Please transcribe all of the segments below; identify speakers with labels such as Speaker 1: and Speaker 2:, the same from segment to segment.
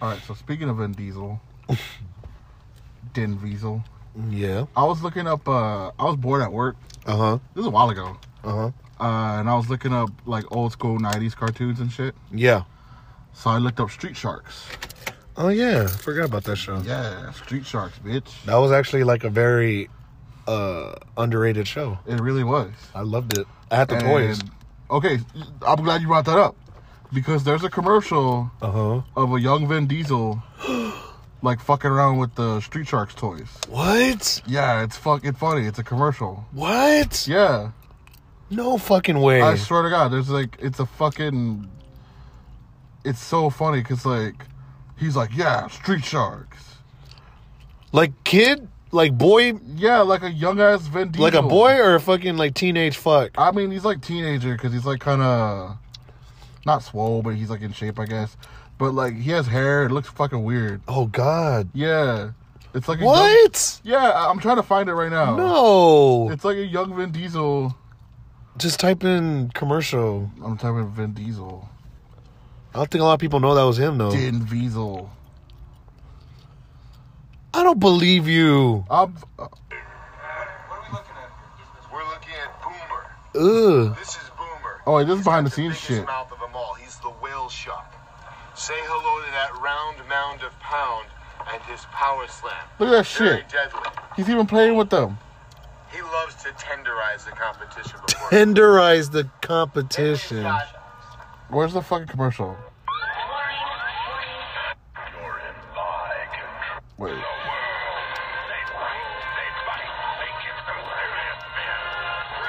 Speaker 1: All right. So speaking of Vin Diesel, Den Diesel,
Speaker 2: Yeah.
Speaker 1: I was looking up. Uh, I was bored at work.
Speaker 2: Uh huh.
Speaker 1: This is a while ago,
Speaker 2: Uh huh.
Speaker 1: uh, and I was looking up like old school '90s cartoons and shit.
Speaker 2: Yeah.
Speaker 1: So I looked up Street Sharks.
Speaker 2: Oh yeah. I forgot about that show.
Speaker 1: Yeah, Street Sharks, bitch.
Speaker 2: That was actually like a very uh underrated show.
Speaker 1: It really was.
Speaker 2: I loved it. I had the
Speaker 1: And-
Speaker 2: toys.
Speaker 1: Okay, I'm glad you brought that up because there's a commercial
Speaker 2: Uh huh.
Speaker 1: of a young Vin Diesel like fucking around with the Street Sharks toys.
Speaker 2: What?
Speaker 1: Yeah, it's fucking funny. It's a commercial.
Speaker 2: What?
Speaker 1: Yeah,
Speaker 2: No fucking way.
Speaker 1: I swear to God, there's like it's a fucking. It's so funny because like he's like yeah Street Sharks.
Speaker 2: like kid, like boy,
Speaker 1: Yeah, like a young ass Vin Diesel.
Speaker 2: like a boy or a fucking like teenage fuck.
Speaker 1: I mean, he's like teenager because he's like kind of not swole, but he's like in shape, I guess. But like he has hair. It looks fucking weird.
Speaker 2: Oh God.
Speaker 1: Yeah, it's like a young-
Speaker 2: What?
Speaker 1: yeah, I- I'm trying to find it right now.
Speaker 2: No.
Speaker 1: it's like a young Vin Diesel.
Speaker 2: Just type in commercial.
Speaker 1: I'm talking Vin Diesel.
Speaker 2: I don't think a lot of people know that was him though.
Speaker 1: Vin Diesel.
Speaker 2: I don't believe you.
Speaker 1: I'm,
Speaker 3: What are we looking at here? We're looking at Boomer.
Speaker 2: Ugh.
Speaker 3: This is Boomer.
Speaker 1: oh, wait, this is
Speaker 3: He's
Speaker 1: behind the
Speaker 3: got
Speaker 1: scenes
Speaker 3: biggest
Speaker 1: shit.
Speaker 3: mouth of them all. He's the whale shark. Say hello to that round mound of pound and his power slam.
Speaker 1: Look at that
Speaker 3: Very
Speaker 1: shit.
Speaker 3: deadly.
Speaker 1: He's even playing with them.
Speaker 3: He loves to tenderize the competition before.
Speaker 2: Tenderize the
Speaker 3: Then we've
Speaker 2: competition.
Speaker 3: got-
Speaker 1: Where's the fucking commercial?
Speaker 3: You're in my control.
Speaker 1: Wait.
Speaker 3: They fight, they fight, they give them their ass man.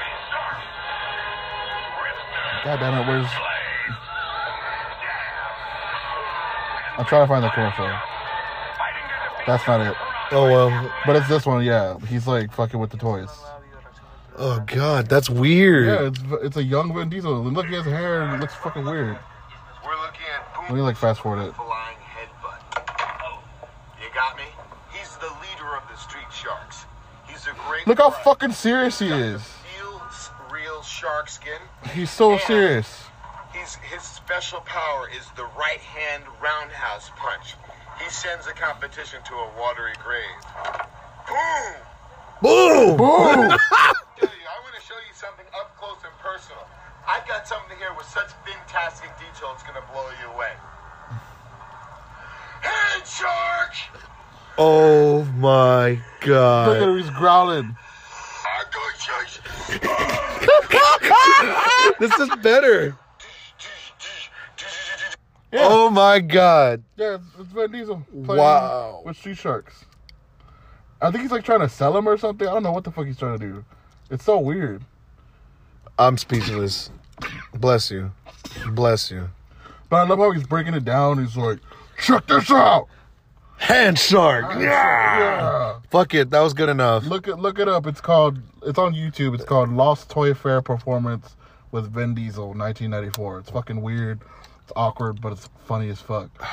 Speaker 3: Restart.
Speaker 1: God damn it. Where's? I'm trying to find the commercial. That's not it.
Speaker 2: Oh well.
Speaker 1: But it's this one, yeah. He's like fucking with the toys.
Speaker 2: Oh God, that's weird.
Speaker 1: Yeah, it's it's a young Vin Diesel. And Look, he has hair and it looks fucking weird.
Speaker 3: We're looking at Boomer.
Speaker 1: Let me like fast forward it.
Speaker 3: flying headbutt. Oh. You got me? He's the leader of the Street Sharks. He's a great.
Speaker 1: Look how
Speaker 3: runner.
Speaker 1: fucking serious he is.
Speaker 3: Feels real shark skin.
Speaker 1: He's so serious.
Speaker 3: He's, his special power is the right hand roundhouse punch. He sends the competition to a watery grave. Boom!
Speaker 2: Boom.
Speaker 1: Boom!
Speaker 3: Tell you, I want to show you something up close and personal. I got something here with such fantastic detail, it's gonna blow you away. Head shark!
Speaker 2: Oh my
Speaker 1: Look at
Speaker 2: God.
Speaker 1: him, he's growling.
Speaker 3: I got sharks.
Speaker 2: this is better. Oh my God.
Speaker 1: Yeah, it's, it's Vin Diesel. playing
Speaker 2: Wow.
Speaker 1: With Street Sharks. I think he's like trying to sell him or something. I don't know what the fuck he's trying to do. It's so weird.
Speaker 2: I'm speechless. Bless you. Bless you.
Speaker 1: But I love how he's breaking it down. He's like, check this out.
Speaker 2: Hand shark.
Speaker 1: Yeah.
Speaker 2: Fuck it. That was good enough.
Speaker 1: Look it look it up. It's called it's on YouTube. It's called Lost Toy Fair Performance with Vin Diesel, 1994. It's fucking weird. It's awkward, but it's funny as fuck.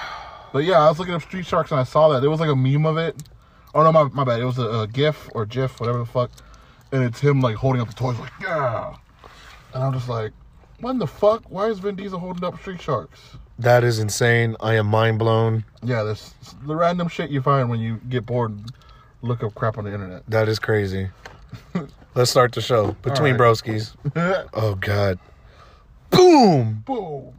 Speaker 1: But yeah, I was looking up Street Sharks and I saw that there was like a meme of it. Oh no, my my bad. It was a, a GIF or GIF, whatever the fuck. And it's him like holding up the toys, like yeah. And I'm just like, when the fuck? Why is Vin Diesel holding up Street Sharks?
Speaker 2: That is insane. I am mind blown.
Speaker 1: Yeah, there's the random shit you find when you get bored and look up crap on the internet.
Speaker 2: That is crazy. Let's start the show. Between
Speaker 1: All
Speaker 2: broskies. Oh God. Boom.
Speaker 1: Boom.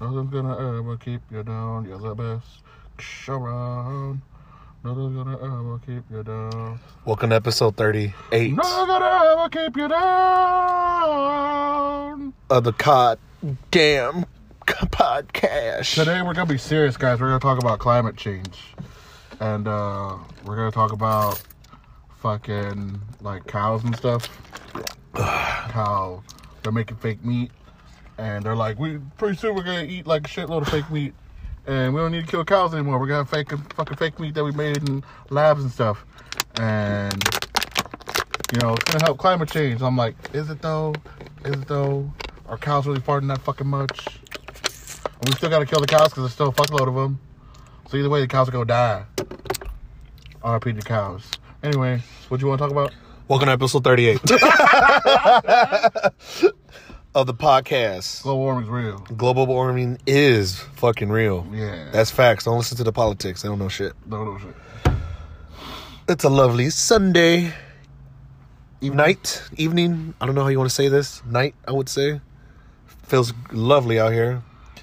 Speaker 1: Nothing's gonna ever keep you down. You're the best around. Nothing's gonna ever keep you down.
Speaker 2: Welcome to episode 38
Speaker 1: Nothing's gonna ever keep you down.
Speaker 2: of the Cod Damn Podcast.
Speaker 1: Today we're gonna be serious, guys. We're gonna talk about climate change, and uh, we're gonna talk about fucking like cows and stuff. How they're making fake meat, and they're like, we pretty soon we're gonna eat like a shitload of fake meat, and we don't need to kill cows anymore. We're gonna have fake fucking fake meat that we made in labs and stuff, and you know it's gonna help climate change. I'm like, is it though? Is it though? Are cows really farting that fucking much? And we still got to kill the cows because there's still a fuckload of them. So either way, the cows are gonna die. RP the cows. Anyway, what you want to talk about?
Speaker 2: Welcome to episode 38 of the podcast.
Speaker 1: Global warming's real.
Speaker 2: Global warming is fucking real.
Speaker 1: Yeah.
Speaker 2: That's facts. Don't listen to the politics. They don't know shit.
Speaker 1: No, no shit.
Speaker 2: It's a lovely Sunday night, evening. I don't know how you want to say this. Night, I would say. Feels lovely out here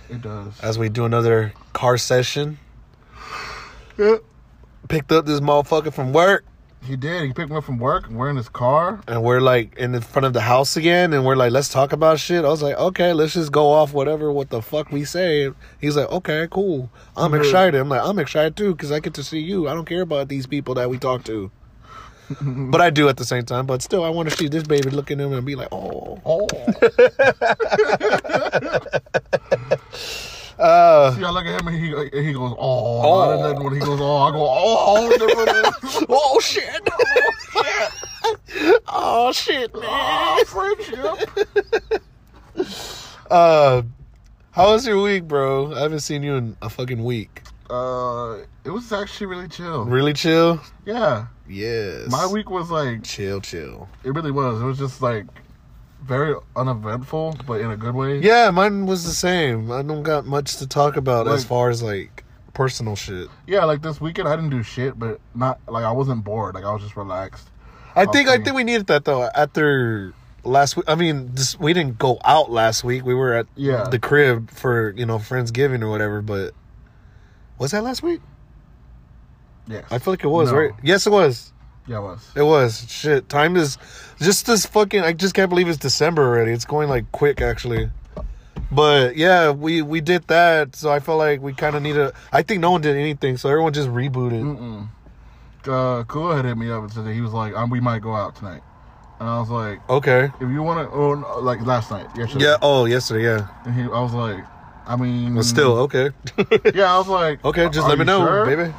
Speaker 1: It does.
Speaker 2: as we do another car session.
Speaker 1: Yeah.
Speaker 2: Picked up this motherfucker from work.
Speaker 1: He did. He picked me up from work. and We're in his car.
Speaker 2: and we're like in the front of the house again and we're like let's talk about shit i was like okay let's just go off whatever what the fuck we say he's like okay cool i'm
Speaker 1: Mhm.
Speaker 2: excited i'm like i'm excited too because i get to see you i don't care about these people that we talk to but i do at the same time but still i want to see this baby look at him and be like oh
Speaker 1: Oh.
Speaker 2: uh Uh.
Speaker 1: See, I look at him and he, and he goes, oh. oh. And then when he goes, oh, I go, oh.
Speaker 2: oh shit oh shit man
Speaker 1: oh friendship.
Speaker 2: uh how was your week bro i haven't seen you in a fucking week
Speaker 1: Uh, it was actually really chill.
Speaker 2: really chill
Speaker 1: Yeah.
Speaker 2: yes
Speaker 1: My week was like,
Speaker 2: chill chill
Speaker 1: it really was. It was just like very uneventful, but in a good way.
Speaker 2: Yeah, mine was the same. I don't got much to talk about as
Speaker 1: Like-
Speaker 2: far as like personal shit.
Speaker 1: Yeah, like this weekend I didn't do shit, but not like I wasn't bored. Like I was just relaxed.
Speaker 2: I think I
Speaker 1: Okay.
Speaker 2: think we needed that though. After last week, I mean, this, we didn't go out last week. We were at
Speaker 1: Yeah.
Speaker 2: the crib for you know Friendsgiving or whatever. But was that last week?
Speaker 1: Yes.
Speaker 2: I feel like it was
Speaker 1: No.
Speaker 2: right. Yes, it was.
Speaker 1: Yeah, I was.
Speaker 2: It was. Shit, time is just this fucking. I just can't believe it's December already. It's going like quick, actually. But yeah, we we did that, so I felt like we kind of need to. I think no one did anything, so everyone just rebooted.
Speaker 1: Mm-mm. Uh, Kua had hit me up and said that he was like, um, we might go out tonight. And I was like,
Speaker 2: Okay.
Speaker 1: if you want to, oh, no, like last night, yesterday.
Speaker 2: Yeah. Oh, yesterday. Yeah.
Speaker 1: And he, I was like, I mean.
Speaker 2: But still, okay.
Speaker 1: Yeah, I was like,
Speaker 2: Mm. okay. Just
Speaker 1: "Are
Speaker 2: let me
Speaker 1: you
Speaker 2: know,
Speaker 1: sure?"
Speaker 2: baby.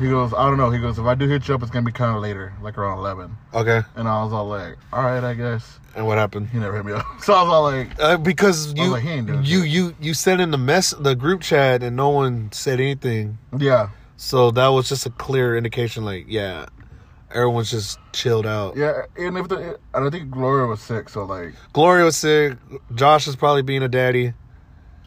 Speaker 1: He goes, I don't know. He goes, if I do hit you up, it's going to be kind of later, like around 11.
Speaker 2: Okay.
Speaker 1: And I was all like, all right, I guess.
Speaker 2: And what happened?
Speaker 1: He never hit me up. So I was all like,
Speaker 2: Uh, because you
Speaker 1: Oh, like, he ain't doing
Speaker 2: you
Speaker 1: shit.
Speaker 2: you you sent in the mess the group chat and no one said anything,
Speaker 1: yeah.
Speaker 2: so that was just a clear indication. Like, yeah, everyone's just chilled out.
Speaker 1: Yeah. And if the, and I think Gloria was sick. So like,
Speaker 2: Gloria was sick. Josh is probably being a daddy.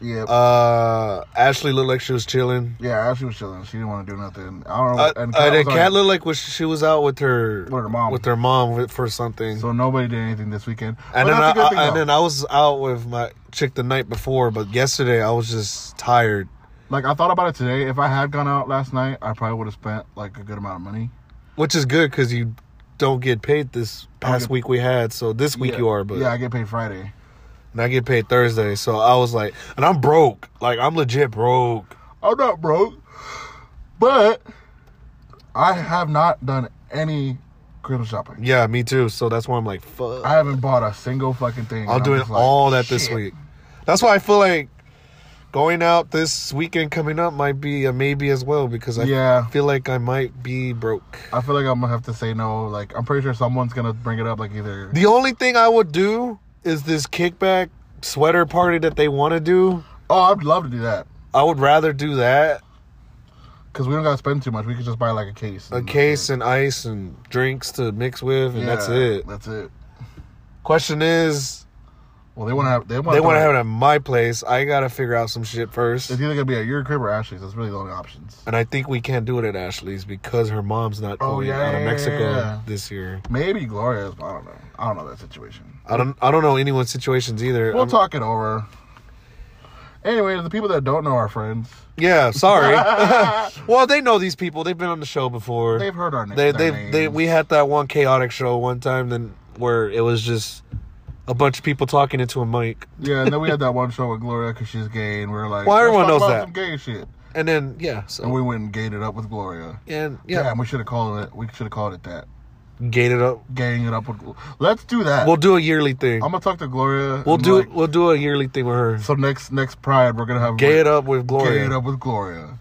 Speaker 1: yeah.
Speaker 2: Uh, Ashley looked like she was chilling.
Speaker 1: yeah, Ashley was chilling. She didn't want to do nothing. I don't know.
Speaker 2: Uh,
Speaker 1: and
Speaker 2: and,
Speaker 1: Kat
Speaker 2: then
Speaker 1: was
Speaker 2: Kat
Speaker 1: already-
Speaker 2: looked like was, she was out with her
Speaker 1: With her mom.
Speaker 2: with her mom with- for something.
Speaker 1: So nobody did anything this weekend.
Speaker 2: and
Speaker 1: But
Speaker 2: then I,
Speaker 1: that's a good thing,
Speaker 2: I- and
Speaker 1: though.
Speaker 2: then I was out with my chick the night before, but yesterday I was just tired.
Speaker 1: like I thought about it today. If I had gone out last night, I probably would have spent like a good amount of money.
Speaker 2: Which is good because you don't get paid this past
Speaker 1: get-
Speaker 2: week we had. So this week
Speaker 1: yeah.
Speaker 2: you are, but
Speaker 1: yeah, I get paid Friday.
Speaker 2: and I get paid Thursday. So I was like, and I'm broke. Like I'm legit broke.
Speaker 1: I'm not broke, but I have not done any Christmas shopping.
Speaker 2: Yeah, me too. So that's why I'm like, fuck.
Speaker 1: I haven't bought a single fucking thing.
Speaker 2: I'll
Speaker 1: and
Speaker 2: do
Speaker 1: I'm
Speaker 2: it
Speaker 1: just like,
Speaker 2: all that this
Speaker 1: shit.
Speaker 2: week. That's why I feel like going out this weekend coming up might be a maybe as well because I
Speaker 1: Yeah.
Speaker 2: feel like I might be broke.
Speaker 1: I feel like I'm gonna have to say no. Like I'm pretty sure someone's gonna bring it up. Like either
Speaker 2: The only thing I would do is this kickback sweater party that they want to do.
Speaker 1: oh, I'd love to do that
Speaker 2: I would rather do that
Speaker 1: because we don't gotta spend too much. We could just buy like a case.
Speaker 2: a
Speaker 1: and that's
Speaker 2: case
Speaker 1: it.
Speaker 2: and ice and drinks to mix with, and that's
Speaker 1: Yeah,
Speaker 2: it.
Speaker 1: That's it.
Speaker 2: Question is,
Speaker 1: Well, they want to have. They want.
Speaker 2: they want to have it at my place. I gotta figure out some shit first.
Speaker 1: It's either gonna be at your crib or Ashley's. That's really the only options.
Speaker 2: And I think we can't do it at Ashley's because her mom's not
Speaker 1: Oh,
Speaker 2: going
Speaker 1: yeah,
Speaker 2: out of
Speaker 1: yeah,
Speaker 2: Mexico
Speaker 1: yeah, yeah.
Speaker 2: this year.
Speaker 1: Maybe Gloria's. but I don't know. I don't know that situation.
Speaker 2: I don't I don't know anyone's situations either.
Speaker 1: We'll
Speaker 2: I'm-
Speaker 1: talk it over. Anyway, the people that don't know our friends,
Speaker 2: Yeah, sorry. well, they know these people. They've been on the show before.
Speaker 1: they've heard our na- their
Speaker 2: they they
Speaker 1: names.
Speaker 2: they we had that one chaotic show one time then where it was just a bunch of people talking into a mic.
Speaker 1: yeah, and then we had that one show with Gloria because she's gay, and we are like,
Speaker 2: Well, everyone
Speaker 1: "Let's talk
Speaker 2: knows
Speaker 1: about
Speaker 2: that."
Speaker 1: Some gay shit,
Speaker 2: And then yeah, so
Speaker 1: and we went and gayed it up with Gloria.
Speaker 2: and
Speaker 1: Yeah,
Speaker 2: yeah,
Speaker 1: and we should have called it. We should have called it that.
Speaker 2: gate it up.
Speaker 1: Gaying it up with. Glo- Let's do that.
Speaker 2: We'll do a yearly thing.
Speaker 1: I'm gonna talk to Gloria.
Speaker 2: we'll
Speaker 1: and,
Speaker 2: do
Speaker 1: like,
Speaker 2: we'll do a yearly thing with her.
Speaker 1: so next next Pride, we're gonna have
Speaker 2: Gay it up with Gloria.
Speaker 1: Gay it up with Gloria.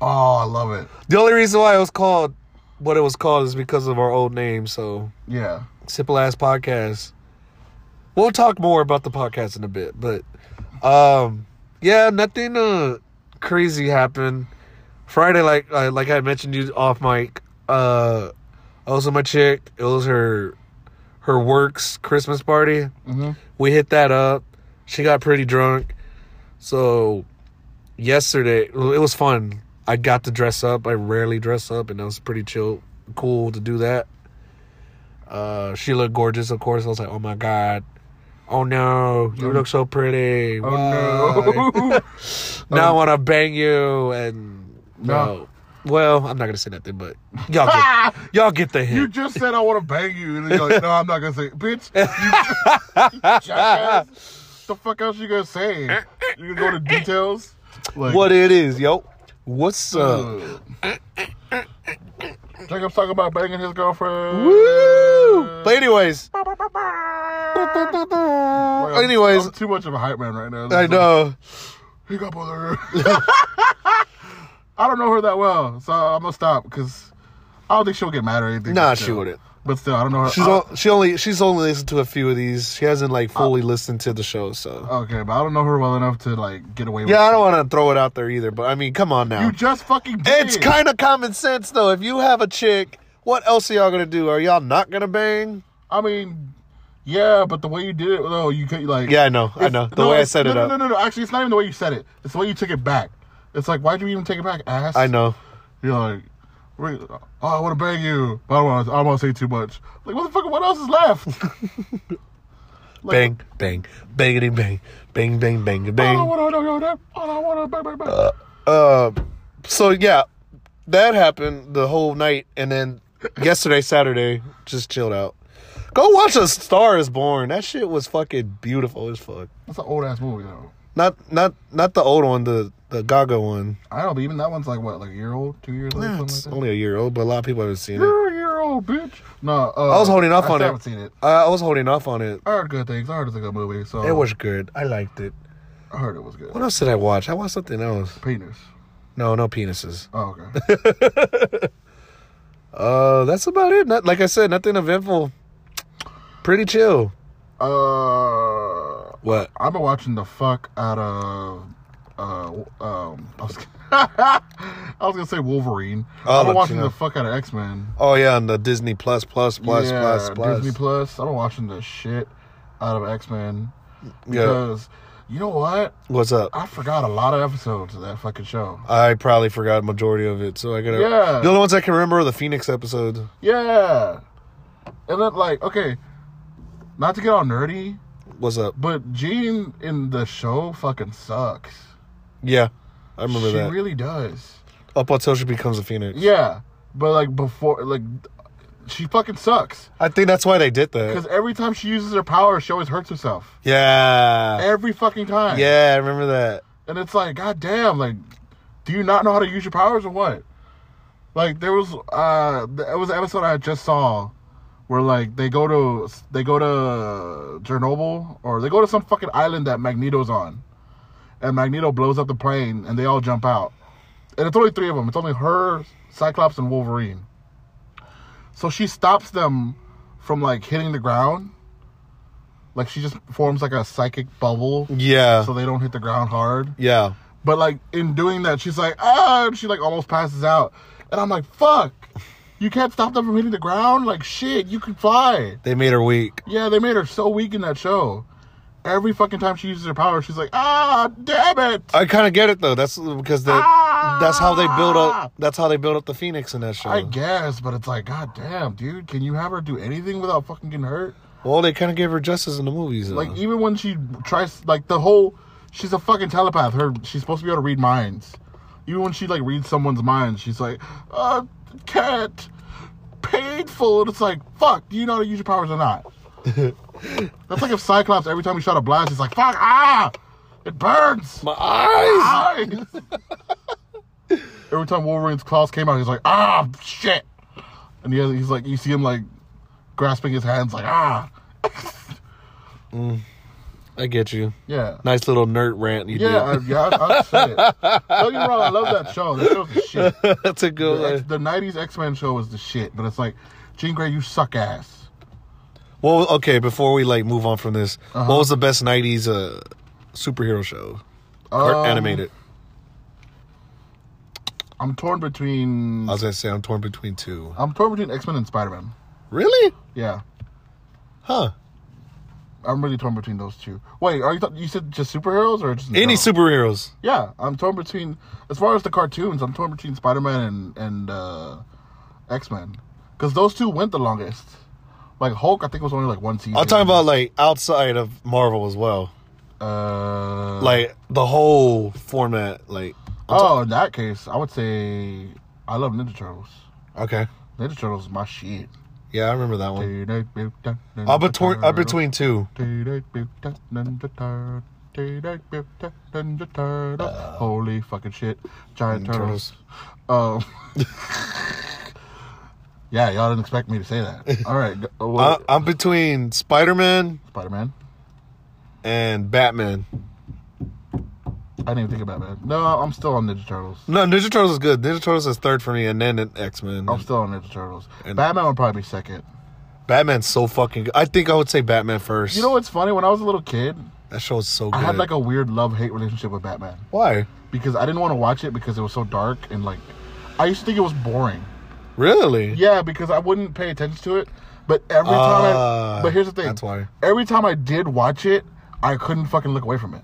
Speaker 1: Oh, I love it.
Speaker 2: The only reason why it was called what it was called is because of our old name. So
Speaker 1: Yeah.
Speaker 2: simple ass podcast. We'll talk more about the podcast in a bit, but um yeah, nothing uh crazy happened. Friday, like uh, like I mentioned you off mic, uh, I was with my chick. It was her her works Christmas party.
Speaker 1: Mm-hmm.
Speaker 2: We hit that up. She got pretty drunk. So yesterday, it was fun. I got to dress up. I rarely dress up, and that was pretty chill, cool to do that. Uh, she looked gorgeous, of course. I was like, oh my god. Oh no, you look so pretty.
Speaker 1: Oh
Speaker 2: Oh,
Speaker 1: no.
Speaker 2: Now I want to bang you and
Speaker 1: No.
Speaker 2: no. Well, I'm not gonna say nothing, but y'all get y'all get the
Speaker 1: you
Speaker 2: hint.
Speaker 1: just said I want to bang you, and then you're like, no, I'm not gonna say, bitch. you- you jackass. The fuck else you gonna say? You gonna go to details? Like,
Speaker 2: what it is, yo? What's up?
Speaker 1: Jacob's talking about banging his girlfriend.
Speaker 2: Woo! But anyways,
Speaker 1: Like, I'm-
Speaker 2: anyways,
Speaker 1: I'm too much of a hype man right now.
Speaker 2: I know.
Speaker 1: He got both of her. I don't know her that well, so I'm gonna stop because I don't think she'll get mad or anything.
Speaker 2: Nah,
Speaker 1: but
Speaker 2: she
Speaker 1: still.
Speaker 2: wouldn't.
Speaker 1: But still, I don't know her.
Speaker 2: She's
Speaker 1: I-
Speaker 2: all, she only she's only listened to a few of these. She hasn't like fully listened to the show, so
Speaker 1: okay, but I don't know her well enough to like get away.
Speaker 2: yeah, I
Speaker 1: with
Speaker 2: don't want to throw it out there either. But I mean, come on
Speaker 1: it.
Speaker 2: now.
Speaker 1: You just fucking. Did.
Speaker 2: It's kind of common sense though. If you have a chick, what else are y'all gonna do? Are y'all not gonna bang?
Speaker 1: I mean, yeah, but the way you did it, though, you could like.
Speaker 2: Yeah, I know, I know. The
Speaker 1: No,
Speaker 2: way I
Speaker 1: it's-
Speaker 2: set
Speaker 1: no,
Speaker 2: it
Speaker 1: no,
Speaker 2: up,
Speaker 1: No, no, no. Actually, it's not even the way you said it. It's the way you took it back. It's like, why'd you even take it back, ass?
Speaker 2: I know.
Speaker 1: You're like, wait, oh, I want to bang you, but I don't want. I don't want to say too much. Like, what the fuck? What else is left? Like-
Speaker 2: bang, bang, bangity bang, bang, bang, bang,
Speaker 1: I don't
Speaker 2: bang.
Speaker 1: want to go there. I don't want to bang, bang, bang.
Speaker 2: Uh, so yeah, that happened the whole night, and then yesterday, Saturday, just chilled out. Go watch A Star Is Born. That shit was fucking beautiful as fuck.
Speaker 1: That's an old ass movie though.
Speaker 2: Not, not, not the old one, the the Gaga one.
Speaker 1: I don't know, but even that one's like what, like a year old, two years old,
Speaker 2: Yeah,
Speaker 1: something like
Speaker 2: it's
Speaker 1: that.
Speaker 2: only a year old, but a lot of people haven't seen it.
Speaker 1: You're a year old, bitch. No, uh,
Speaker 2: I was holding off
Speaker 1: I
Speaker 2: on
Speaker 1: still
Speaker 2: it.
Speaker 1: Haven't seen it.
Speaker 2: I, I was holding off on it.
Speaker 1: I heard good things. I heard it's a good movie. So
Speaker 2: It was good. I liked it.
Speaker 1: I heard it was good.
Speaker 2: What else did I watch? I watched something else.
Speaker 1: Penis.
Speaker 2: No, no penises.
Speaker 1: Oh, okay.
Speaker 2: Uh, that's about it. Not, like I said, nothing eventful. Pretty chill.
Speaker 1: uh,
Speaker 2: What?
Speaker 1: I've been watching the fuck out of. Uh, um, I was, I was gonna say Wolverine.
Speaker 2: Oh,
Speaker 1: I've been watching
Speaker 2: yeah.
Speaker 1: the fuck out of X Men.
Speaker 2: Oh yeah, and the Disney Plus Plus Plus
Speaker 1: yeah,
Speaker 2: Plus Plus.
Speaker 1: Disney Plus. I've been watching the shit out of X Men.
Speaker 2: Yeah.
Speaker 1: Because you know what?
Speaker 2: What's up?
Speaker 1: I forgot a lot of episodes of that fucking show.
Speaker 2: I probably forgot majority of it, so I gotta.
Speaker 1: Yeah.
Speaker 2: The only ones I can remember are the Phoenix episodes.
Speaker 1: Yeah. And then like, okay, not to get all nerdy,
Speaker 2: What's up?
Speaker 1: but Jean in the show fucking sucks.
Speaker 2: Yeah, I remember
Speaker 1: she
Speaker 2: that.
Speaker 1: really does.
Speaker 2: Up until she becomes a Phoenix.
Speaker 1: Yeah. But like before like she fucking sucks.
Speaker 2: I think that's why they did that.
Speaker 1: Because every time she uses her power, she always hurts herself.
Speaker 2: Yeah.
Speaker 1: Every fucking time.
Speaker 2: Yeah, I remember that.
Speaker 1: And it's like, god damn, like, do you not know how to use your powers or what? Like there was uh th- it was an episode I just saw where like they go to they go to Chernobyl or they go to some fucking island that Magneto's on. And Magneto blows up the plane and they all jump out. And it's only three of them. It's only her, Cyclops and Wolverine. So she stops them from like hitting the ground. Like she just forms like a psychic bubble
Speaker 2: Yeah.
Speaker 1: so they don't hit the ground hard.
Speaker 2: yeah.
Speaker 1: But like in doing that, she's like, ah, and she like almost passes out. And I'm like, fuck, you can't stop them from hitting the ground. Like shit, you can fly.
Speaker 2: They made her weak.
Speaker 1: Yeah, they made her so weak in that show. Every fucking time she uses her power, she's like, ah, damn it.
Speaker 2: I kind of get it though. That's because the,
Speaker 1: Ah!
Speaker 2: that's how they build up. That's how they build up the Phoenix in that show.
Speaker 1: I guess, but it's like, god damn, dude, can you have her do anything without fucking getting hurt?
Speaker 2: well, they kind of gave her justice in the movies. Though.
Speaker 1: Like even when she tries, like the whole, she's a fucking telepath. Her, she's supposed to be able to read minds. Even when she like reads someone's mind, she's like, uh, cat, painful. And it's like, fuck, do you know how to use your powers or not? That's like if Cyclops every time he shot a blast, he's like, fuck, ah, it burns.
Speaker 2: my eyes.
Speaker 1: Eyes. every time Wolverine's claws came out, he's like, ah, shit. And he has, he's like, you see him like grasping his hands, like, ah,
Speaker 2: I get you.
Speaker 1: yeah.
Speaker 2: Nice little nerd rant you
Speaker 1: Yeah, I, yeah, I, I'll say it. Don't get me wrong, I love that show. That show's the shit.
Speaker 2: did. That's a good
Speaker 1: The, X,
Speaker 2: one.
Speaker 1: the 90s X Men show was the shit, but it's like, Jean Grey, you suck ass.
Speaker 2: Well,
Speaker 1: Uh-huh.
Speaker 2: okay. Before we like move on from this, what was the best '90s uh, superhero show? Or
Speaker 1: Um,
Speaker 2: animated.
Speaker 1: I'm torn between
Speaker 2: I was gonna say I'm torn between two.
Speaker 1: I'm torn between X Men and Spider Man.
Speaker 2: Really?
Speaker 1: Yeah,
Speaker 2: Huh?
Speaker 1: I'm really torn between those two. Wait, are you th- you said just superheroes or just in
Speaker 2: Any
Speaker 1: general?
Speaker 2: superheroes?
Speaker 1: Yeah, I'm torn between as far as the cartoons. I'm torn between Spider Man and and uh, X Men because those two went the longest. Like Hulk, I think was only like one season.
Speaker 2: I'm talking about like outside of Marvel as well.
Speaker 1: uh,
Speaker 2: Like the whole format. Like
Speaker 1: oh, in that case, I would say I love Ninja Turtles.
Speaker 2: okay,
Speaker 1: Ninja Turtles is my shit.
Speaker 2: yeah, I remember that one. I'm between I'm between two.
Speaker 1: Holy fucking shit. Giant
Speaker 2: Mm,
Speaker 1: turtles. Um, yeah, y'all didn't expect me to say that. All right. uh,
Speaker 2: I, I'm between Spider Man
Speaker 1: Spider Man.
Speaker 2: and Batman.
Speaker 1: I didn't even think about that. No, I'm still on Ninja Turtles.
Speaker 2: No, Ninja Turtles is good. Ninja Turtles is third for me, and then X Men.
Speaker 1: I'm still on Ninja Turtles.
Speaker 2: Mm. And-
Speaker 1: Batman would probably be second.
Speaker 2: Batman's so fucking. good. I think I would say Batman first.
Speaker 1: You know what's funny? When I was a little kid,
Speaker 2: That show is so good.
Speaker 1: I had like a weird love hate relationship with Batman
Speaker 2: why?
Speaker 1: because I didn't want to watch it because it was so dark and like I used to think it was boring.
Speaker 2: Really?
Speaker 1: Yeah, because I wouldn't pay attention to it. But every time I,
Speaker 2: Ah,
Speaker 1: but here's the thing.
Speaker 2: that's why.
Speaker 1: Every time I did watch it, I couldn't fucking look away from it.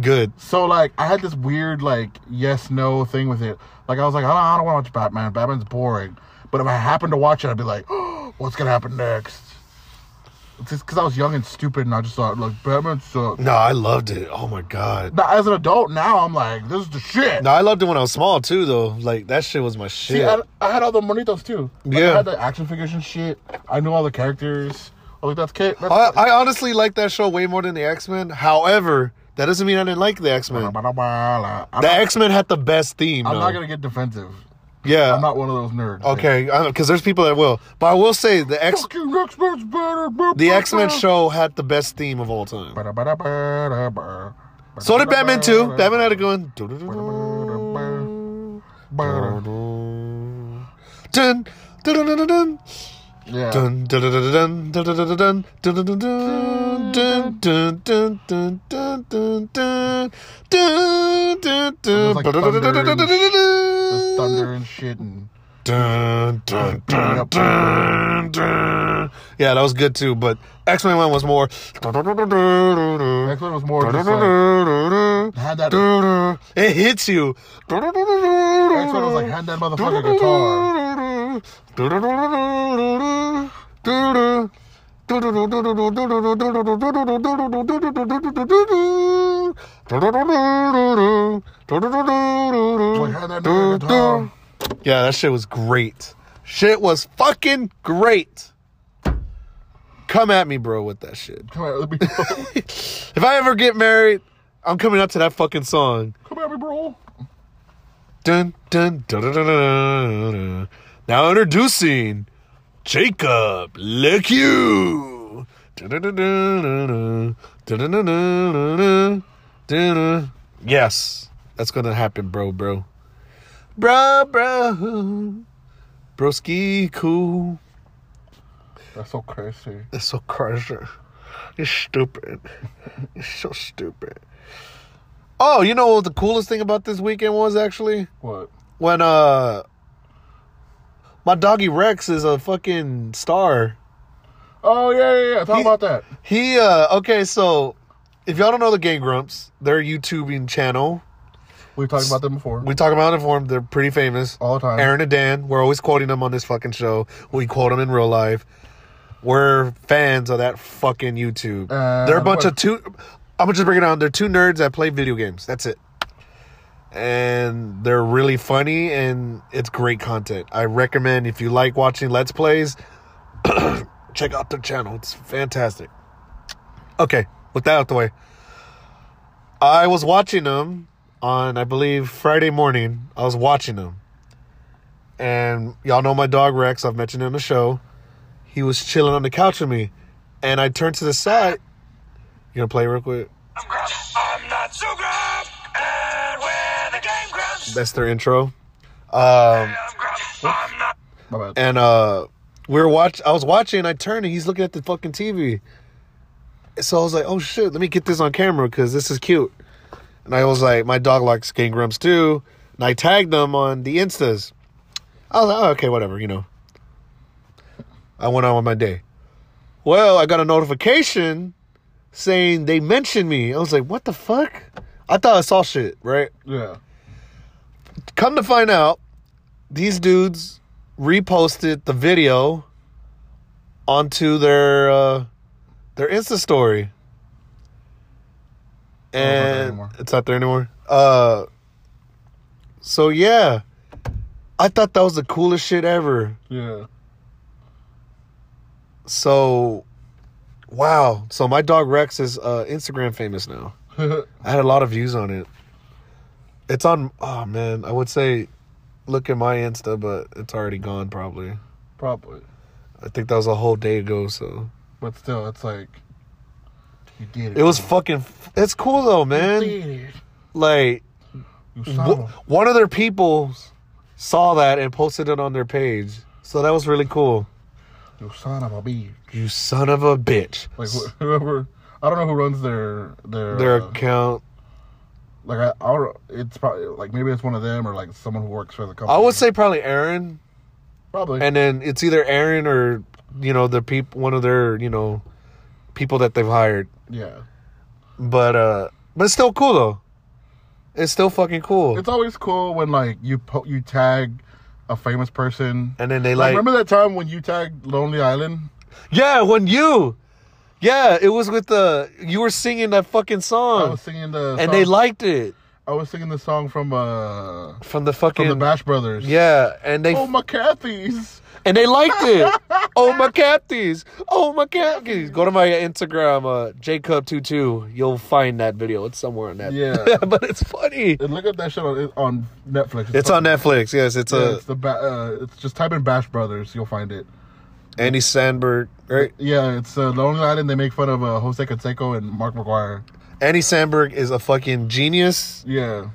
Speaker 2: Good.
Speaker 1: So like, I had this weird like yes no thing with it. Like I was like, I don't, I don't want to watch Batman. Batman's boring. But if I happened to watch it, I'd be like, what's gonna happen next? It's just because I was young and stupid, and I just thought like Batman sucks.
Speaker 2: No, I loved it. Oh my god.
Speaker 1: Now, as an adult now, I'm like, this is the shit.
Speaker 2: No, I loved it when I was small too, though. Like that shit was my shit.
Speaker 1: See, I, I had all the monitos too. Like,
Speaker 2: Yeah.
Speaker 1: I had the action figures and shit. I knew all the characters. I was like, that's Kate. That's
Speaker 2: I, I honestly like that show way more than the X Men. However, that doesn't mean I didn't like the X Men.
Speaker 1: I'm not,
Speaker 2: The X Men had the best theme.
Speaker 1: I'm
Speaker 2: though.
Speaker 1: not gonna get defensive.
Speaker 2: Yeah.
Speaker 1: I'm not one of those nerds.
Speaker 2: okay, because there's people that will. But I will say the X
Speaker 1: Fucking X-Men's better.
Speaker 2: the X Men show had the best theme of all time. So did Batman too. Batman had a good one. Dun, dun, dun, dun, dun, dun.
Speaker 1: Yeah.
Speaker 2: Dun, dun, dun, dun, dun, dun, dun, dun, dun, dun, dun, dun, dun, dun, dun, dun, dun, dun, dun.
Speaker 1: Almost like thunder and- There's
Speaker 2: Dun,
Speaker 1: thunder and shit and
Speaker 2: dun, dun, dun, dun. Yeah, that was good too, but X Men one was more.
Speaker 1: X Men was more just like had that. X
Speaker 2: It hits you.
Speaker 1: Men was like hand that motherfucker guitar. Like hand that nigga guitar.
Speaker 2: Yeah, that shit was great. Shit was fucking great. Come at me, bro, with that shit.
Speaker 1: Come here, let me. Come
Speaker 2: If I ever get married, I'm coming up to that fucking song.
Speaker 1: here, me, bro.
Speaker 2: Dun, dun, dun, dun, dun, dun, dun. Now introducing Jacob Lick You. Dun, dun, dun, dun, dun, dun. Dun, dun, dun, dun, dun, dun, dun. Yes, that's gonna happen, bro, bro. Bro, bro. Broski, cool.
Speaker 1: That's so crazy.
Speaker 2: That's so crazy. It's stupid. It's so stupid. Oh, you know what the coolest thing about this weekend was actually?
Speaker 1: What?
Speaker 2: when uh my doggy Rex is a fucking star.
Speaker 1: Oh yeah, yeah, yeah. Talk
Speaker 2: He-
Speaker 1: about that.
Speaker 2: He uh okay, so if y'all don't know the Gang Grumps, their YouTubing channel.
Speaker 1: We've talked about them before.
Speaker 2: We talk about them for 'em, They're pretty famous.
Speaker 1: All the time.
Speaker 2: Aaron and Dan. We're always quoting them on this fucking show. We quote them in real life. We're fans of that fucking YouTube.
Speaker 1: Uh,
Speaker 2: They're a bunch
Speaker 1: what-
Speaker 2: of two. I'm gonna just break it down. They're two nerds that play video games. That's it. And they're really funny, and it's great content. I recommend if you like watching Let's Plays, check out their channel. It's fantastic. Okay, with that out the way, I was watching them on, I believe, Friday morning. I was watching them. And y'all know my dog Rex, I've mentioned it on the show. He was chilling on the couch with me. And I turned to the side. You gonna play real quick?
Speaker 4: I'm Grump. I'm not so Grump. And we're the Game Grumps.
Speaker 2: That's their intro. Um,
Speaker 4: I'm Grump. I'm not.
Speaker 1: My bad.
Speaker 2: and uh we were watch I was watching, I turned and he's looking at the fucking TV. So I was like, oh shit, let me get this on camera because this is cute. And I was like, my dog likes Game Grumps too. And I tagged them on the Instas. I was like, oh, okay, whatever, you know. I went on with my day. Well, I got a notification saying they mentioned me. I was like, what the fuck? I thought I saw shit, right?
Speaker 1: Yeah.
Speaker 2: Come to find out, these dudes reposted the video onto their uh, their Insta story. And
Speaker 1: anymore.
Speaker 2: it's not there anymore. Uh, so yeah, I thought that was the coolest shit ever.
Speaker 1: Yeah.
Speaker 2: So, wow. So my dog Rex is uh, Instagram famous now. I had a lot of views on it. It's on. Oh man, I would say look at my Insta, but it's already gone. Probably.
Speaker 1: Probably.
Speaker 2: I think that was a whole day ago. So
Speaker 1: But still, it's like you did it.
Speaker 2: it was fucking. It's cool though, man.
Speaker 1: You
Speaker 2: Like
Speaker 1: saw
Speaker 2: w- one of their people saw that and posted it on their page. So that was really cool.
Speaker 1: You son of a bitch.
Speaker 2: You son of a bitch.
Speaker 1: Like wh- whoever, I don't know who runs their their
Speaker 2: their
Speaker 1: uh,
Speaker 2: account.
Speaker 1: like I, I'll, it's probably like maybe it's one of them or like someone who works for the company.
Speaker 2: I would say probably Aaron
Speaker 1: probably
Speaker 2: and then it's either Aaron or you know the peop one of their you know people that they've hired.
Speaker 1: yeah.
Speaker 2: But uh, but it's still cool though. It's still fucking cool.
Speaker 1: It's always cool when like you po- you tag a famous person.
Speaker 2: and then they
Speaker 1: Like,
Speaker 2: like,
Speaker 1: remember that time when you tagged Lonely Island?
Speaker 2: yeah, when you, yeah, it was with the you were singing that fucking
Speaker 1: I
Speaker 2: song,
Speaker 1: was singing the
Speaker 2: Oh. and
Speaker 1: song-
Speaker 2: they liked it
Speaker 1: I was singing the song from uh
Speaker 2: from the
Speaker 1: from
Speaker 2: fucking
Speaker 1: the Bash Brothers.
Speaker 2: yeah, and they
Speaker 1: Oh my Kathy's.
Speaker 2: and they liked it. oh my capties, oh my capties. Go to my Instagram, uh, Jacob22. You'll find that video. It's somewhere on that.
Speaker 1: Yeah.
Speaker 2: but it's funny.
Speaker 1: And look up that shit on, on Netflix.
Speaker 2: It's on Netflix. Yes, it's
Speaker 1: Yeah,
Speaker 2: a
Speaker 1: it's the ba- uh, it's just type in Bash Brothers, you'll find it.
Speaker 2: Andy Sandberg, right?
Speaker 1: Yeah, it's uh, Lonely Island. They make fun of uh, Jose Canseco and Mark McGuire.
Speaker 2: Andy Sandberg is a fucking genius,
Speaker 1: Yeah,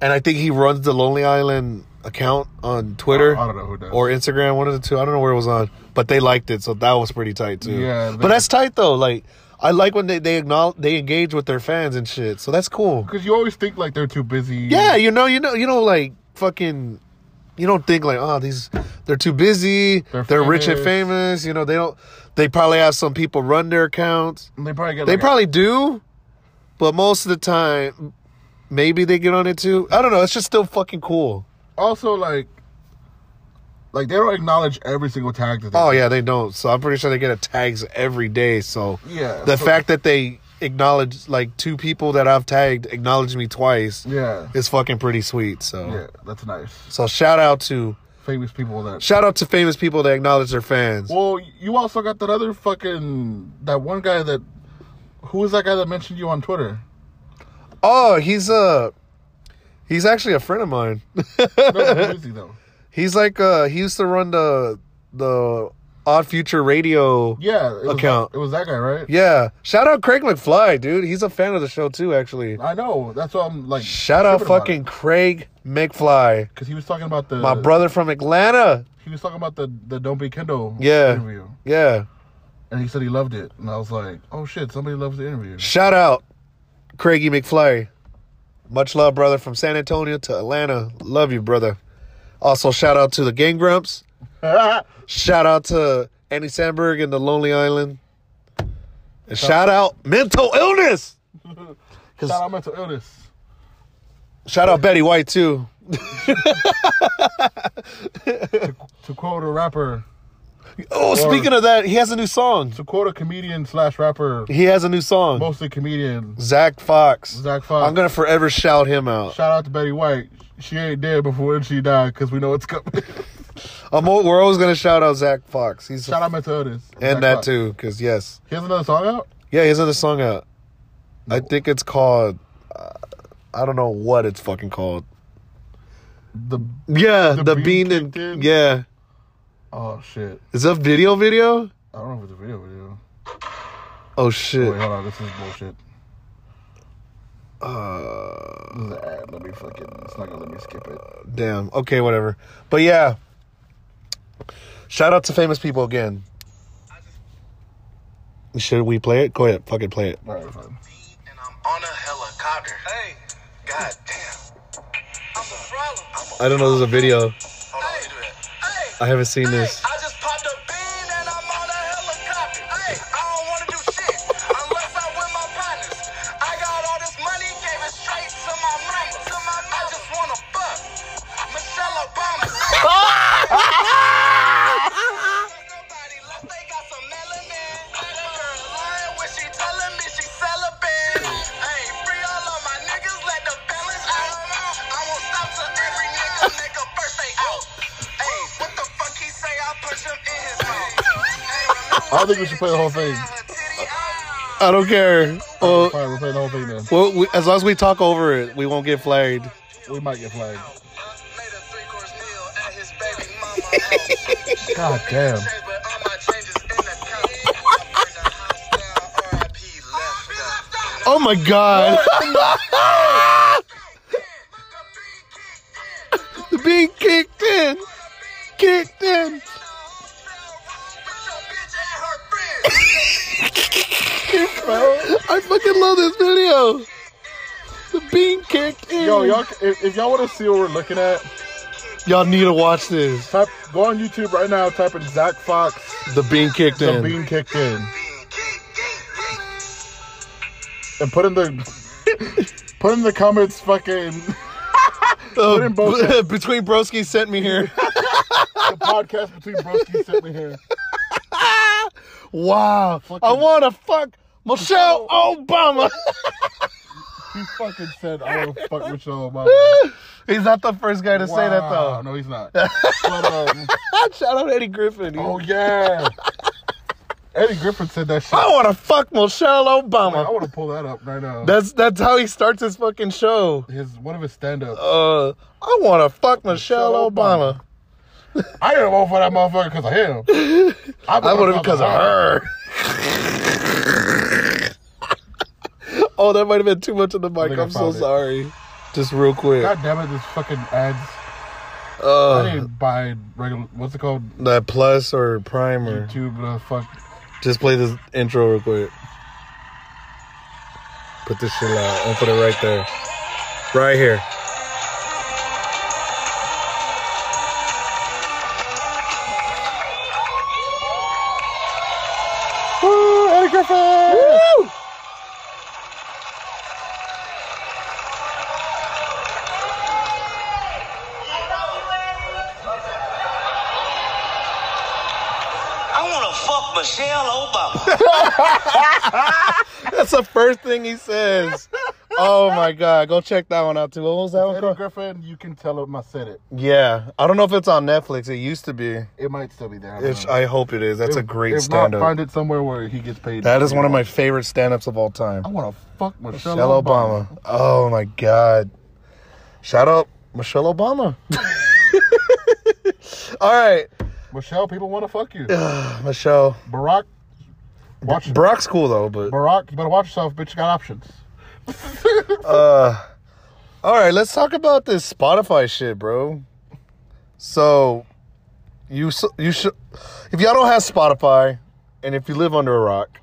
Speaker 2: and I think he runs the Lonely Island account on Twitter
Speaker 1: Oh, I don't know who does.
Speaker 2: or Instagram, one of the two. I don't know where it was on, but they liked it, so that was pretty tight too.
Speaker 1: Yeah,
Speaker 2: but
Speaker 1: they-
Speaker 2: that's tight though. Like I like when they they acknowledge they engage with their fans and shit, so that's cool.
Speaker 1: because you always think like they're too busy.
Speaker 2: Yeah, you know, you know, you know, like fucking. You don't think like, oh, these they're too busy. They're,
Speaker 1: They're
Speaker 2: rich and
Speaker 1: famous.
Speaker 2: famous. You know, they don't. They probably have some people run their accounts.
Speaker 1: And they probably get.
Speaker 2: They
Speaker 1: like,
Speaker 2: probably do, but most of the time, maybe they get on it too. I don't know. It's just still fucking cool.
Speaker 1: also like, like they don't acknowledge every single tag that. They
Speaker 2: Oh yeah, they don't. So I'm pretty sure they get a tags every day. So
Speaker 1: Yeah,
Speaker 2: the
Speaker 1: so-
Speaker 2: fact that they acknowledge like two people that I've tagged acknowledge me twice
Speaker 1: yeah,
Speaker 2: is fucking pretty sweet. So
Speaker 1: yeah, that's nice.
Speaker 2: so shout out to
Speaker 1: Famous people that.
Speaker 2: shout out to famous people that acknowledge their fans.
Speaker 1: well, you also got that other fucking that one guy that, who was that guy that mentioned you on Twitter?
Speaker 2: Oh, he's uh he's actually a friend of mine.
Speaker 1: No, who is he though?
Speaker 2: he's like uh he used to run the the Odd Future Radio.
Speaker 1: Yeah, it was,
Speaker 2: Account.
Speaker 1: It was that guy, right?
Speaker 2: Yeah. Shout out Craig McFly, dude. He's a fan of the show too, actually.
Speaker 1: I know. That's what I'm like.
Speaker 2: Shout out fucking Craig McFly.
Speaker 1: because he was talking about the
Speaker 2: My brother from Atlanta.
Speaker 1: He was talking about the the Don't Be Kendall
Speaker 2: Yeah.
Speaker 1: interview,
Speaker 2: Yeah.
Speaker 1: and he said he loved it, and I was like, oh shit, somebody loves the interview.
Speaker 2: Shout out Craigie McFly. Much love, brother, from San Antonio to Atlanta. Love you, brother. Also, shout out to the Gang Grumps. Shout out to Andy Sandberg and the Lonely Island. And shout out mental illness.
Speaker 1: Shout out mental illness.
Speaker 2: Shout out Betty White too.
Speaker 1: To quote a rapper,
Speaker 2: Oh, speaking of that, he has a new song.
Speaker 1: to quote a comedian slash rapper,
Speaker 2: He has a new song.
Speaker 1: mostly comedian.
Speaker 2: Zach Fox.
Speaker 1: Zach Fox.
Speaker 2: I'm gonna forever shout him out.
Speaker 1: Shout out to Betty White. She ain't dead before she died because we know it's coming.
Speaker 2: I'm, al- we're always gonna shout out Zach Fox. He's
Speaker 1: Shout out mental illness.
Speaker 2: and
Speaker 1: Zach
Speaker 2: that
Speaker 1: Fox.
Speaker 2: too, because yes,
Speaker 1: He has another song out.
Speaker 2: yeah, he has another song out. I think it's called. Uh, I don't know what it's fucking called.
Speaker 1: The
Speaker 2: Yeah, the,
Speaker 1: The
Speaker 2: bean,
Speaker 1: Bean
Speaker 2: and
Speaker 1: Kicked In?
Speaker 2: yeah,
Speaker 1: oh shit,
Speaker 2: is that video video?
Speaker 1: I don't know if it's a video video.
Speaker 2: Oh shit!
Speaker 1: Wait, hold on, this is bullshit. Uh, this is an ad. Let me fucking. It's not gonna let me skip it.
Speaker 2: Damn. Okay, whatever. But yeah, shout out to famous people again. Should we play it? Go ahead, fucking play it.
Speaker 1: All right, fine.
Speaker 3: and I'm on a helicopter. Hey. God damn. I'm a problem. I'm a
Speaker 2: I don't know. There's a video.
Speaker 3: Hold on, let me do that.
Speaker 2: I haven't seen this.
Speaker 3: I just popped a bean and I'm on a helicopter. Hey, I don't want to do shit unless I'm with my partners. I got all this money, gave it straight to my mama. To my mama. I just want to fuck Michelle Obama. Nobody left, they got some melanin. That girl lying when she telling me she celibate. Hey, free all of my niggas, let the felons out. I won't stop till every nigga make a birthday out. Hey, what the fuck he say? I push him in his mouth. Hey, remember
Speaker 1: I think we should play the whole thing.
Speaker 3: her titty out?
Speaker 2: I don't care. Well,
Speaker 1: Fine, we'll play the whole thing then.
Speaker 2: well we, as long as we talk over it, we won't get flagged.
Speaker 1: We might get flagged.
Speaker 3: Made a three course meal at his baby mama house. She
Speaker 1: God damn.
Speaker 3: change, but all my changes in the couch. I burned the house down, RIP left out.
Speaker 2: Oh my god. Being kicked in. Kicked in. I fucking love this video. The being kicked in.
Speaker 1: Yo, y'all, if, if y'all want to see what we're looking at,
Speaker 2: Y'all need to watch this.
Speaker 1: type go on YouTube right now. Type in Zach Fox,
Speaker 2: The being kicked
Speaker 1: the
Speaker 2: in.
Speaker 1: bean kicked in, and put in the put in the comments. Fucking the
Speaker 2: Uh,
Speaker 1: put in both-
Speaker 2: between broski sent me here.
Speaker 1: podcast between Broski sent me here.
Speaker 2: Wow. I want to fuck Michelle Obama.
Speaker 1: He fucking said, "I don't fuck with y'all." Wow.
Speaker 2: He's not the first guy to say that though.
Speaker 1: No, he's not. But, um,
Speaker 2: Shout out Eddie Griffin.
Speaker 1: oh yeah, Eddie Griffin said that shit.
Speaker 2: I want to fuck Michelle
Speaker 1: Like, I
Speaker 2: Obama.
Speaker 1: want to pull that up right now.
Speaker 2: That's that's how he starts his fucking show.
Speaker 1: his one of his stand ups.
Speaker 2: Uh, I want to fuck
Speaker 1: Michelle
Speaker 2: Michelle,
Speaker 1: Obama.
Speaker 2: Obama.
Speaker 1: I didn't vote for that motherfucker because of him. I
Speaker 2: I want it because of her. oh, that might have been too much on the mic.
Speaker 1: think I
Speaker 2: I'm so
Speaker 1: found it.
Speaker 2: sorry. Just real quick.
Speaker 1: God damn it! This fucking ads. I
Speaker 2: Uh,
Speaker 1: didn't buy regular. What's it called?
Speaker 2: that plus or primer.
Speaker 1: YouTube. Uh, fuck.
Speaker 2: Just play this intro real quick. Put this shit loud. I'll put it right there. Right here.
Speaker 1: Woo, Eddie Griffin.
Speaker 4: I want to fuck Michelle Obama.
Speaker 2: That's the first thing he says. Oh my god, go check that one out too. What was that one
Speaker 1: Eddie
Speaker 2: called?
Speaker 1: Griffin. You can tell him I said it.
Speaker 2: Yeah, I don't know if it's on Netflix. It used to be.
Speaker 1: It might still be there. I don't
Speaker 2: It's,
Speaker 1: know.
Speaker 2: I hope it is. That's a
Speaker 1: If-
Speaker 2: great
Speaker 1: if
Speaker 2: stand
Speaker 1: Not,
Speaker 2: up.
Speaker 1: find Uh, it somewhere where he gets paid.
Speaker 2: That is one of my favorite stand ups of all time.
Speaker 1: I want to fuck Michelle,
Speaker 2: Michelle
Speaker 1: Obama.
Speaker 2: Obama. Oh my god. Shout out Michelle Obama. all right,
Speaker 1: Michelle, people want to fuck you.
Speaker 2: Michelle.
Speaker 1: Barack, watch.
Speaker 2: Brock's cool though, but
Speaker 1: Barack, you better watch yourself, bitch. You got options.
Speaker 2: All right, let's talk about this Spotify shit, bro. So, you s- you should if y'all don't have Spotify, and if you live under a rock,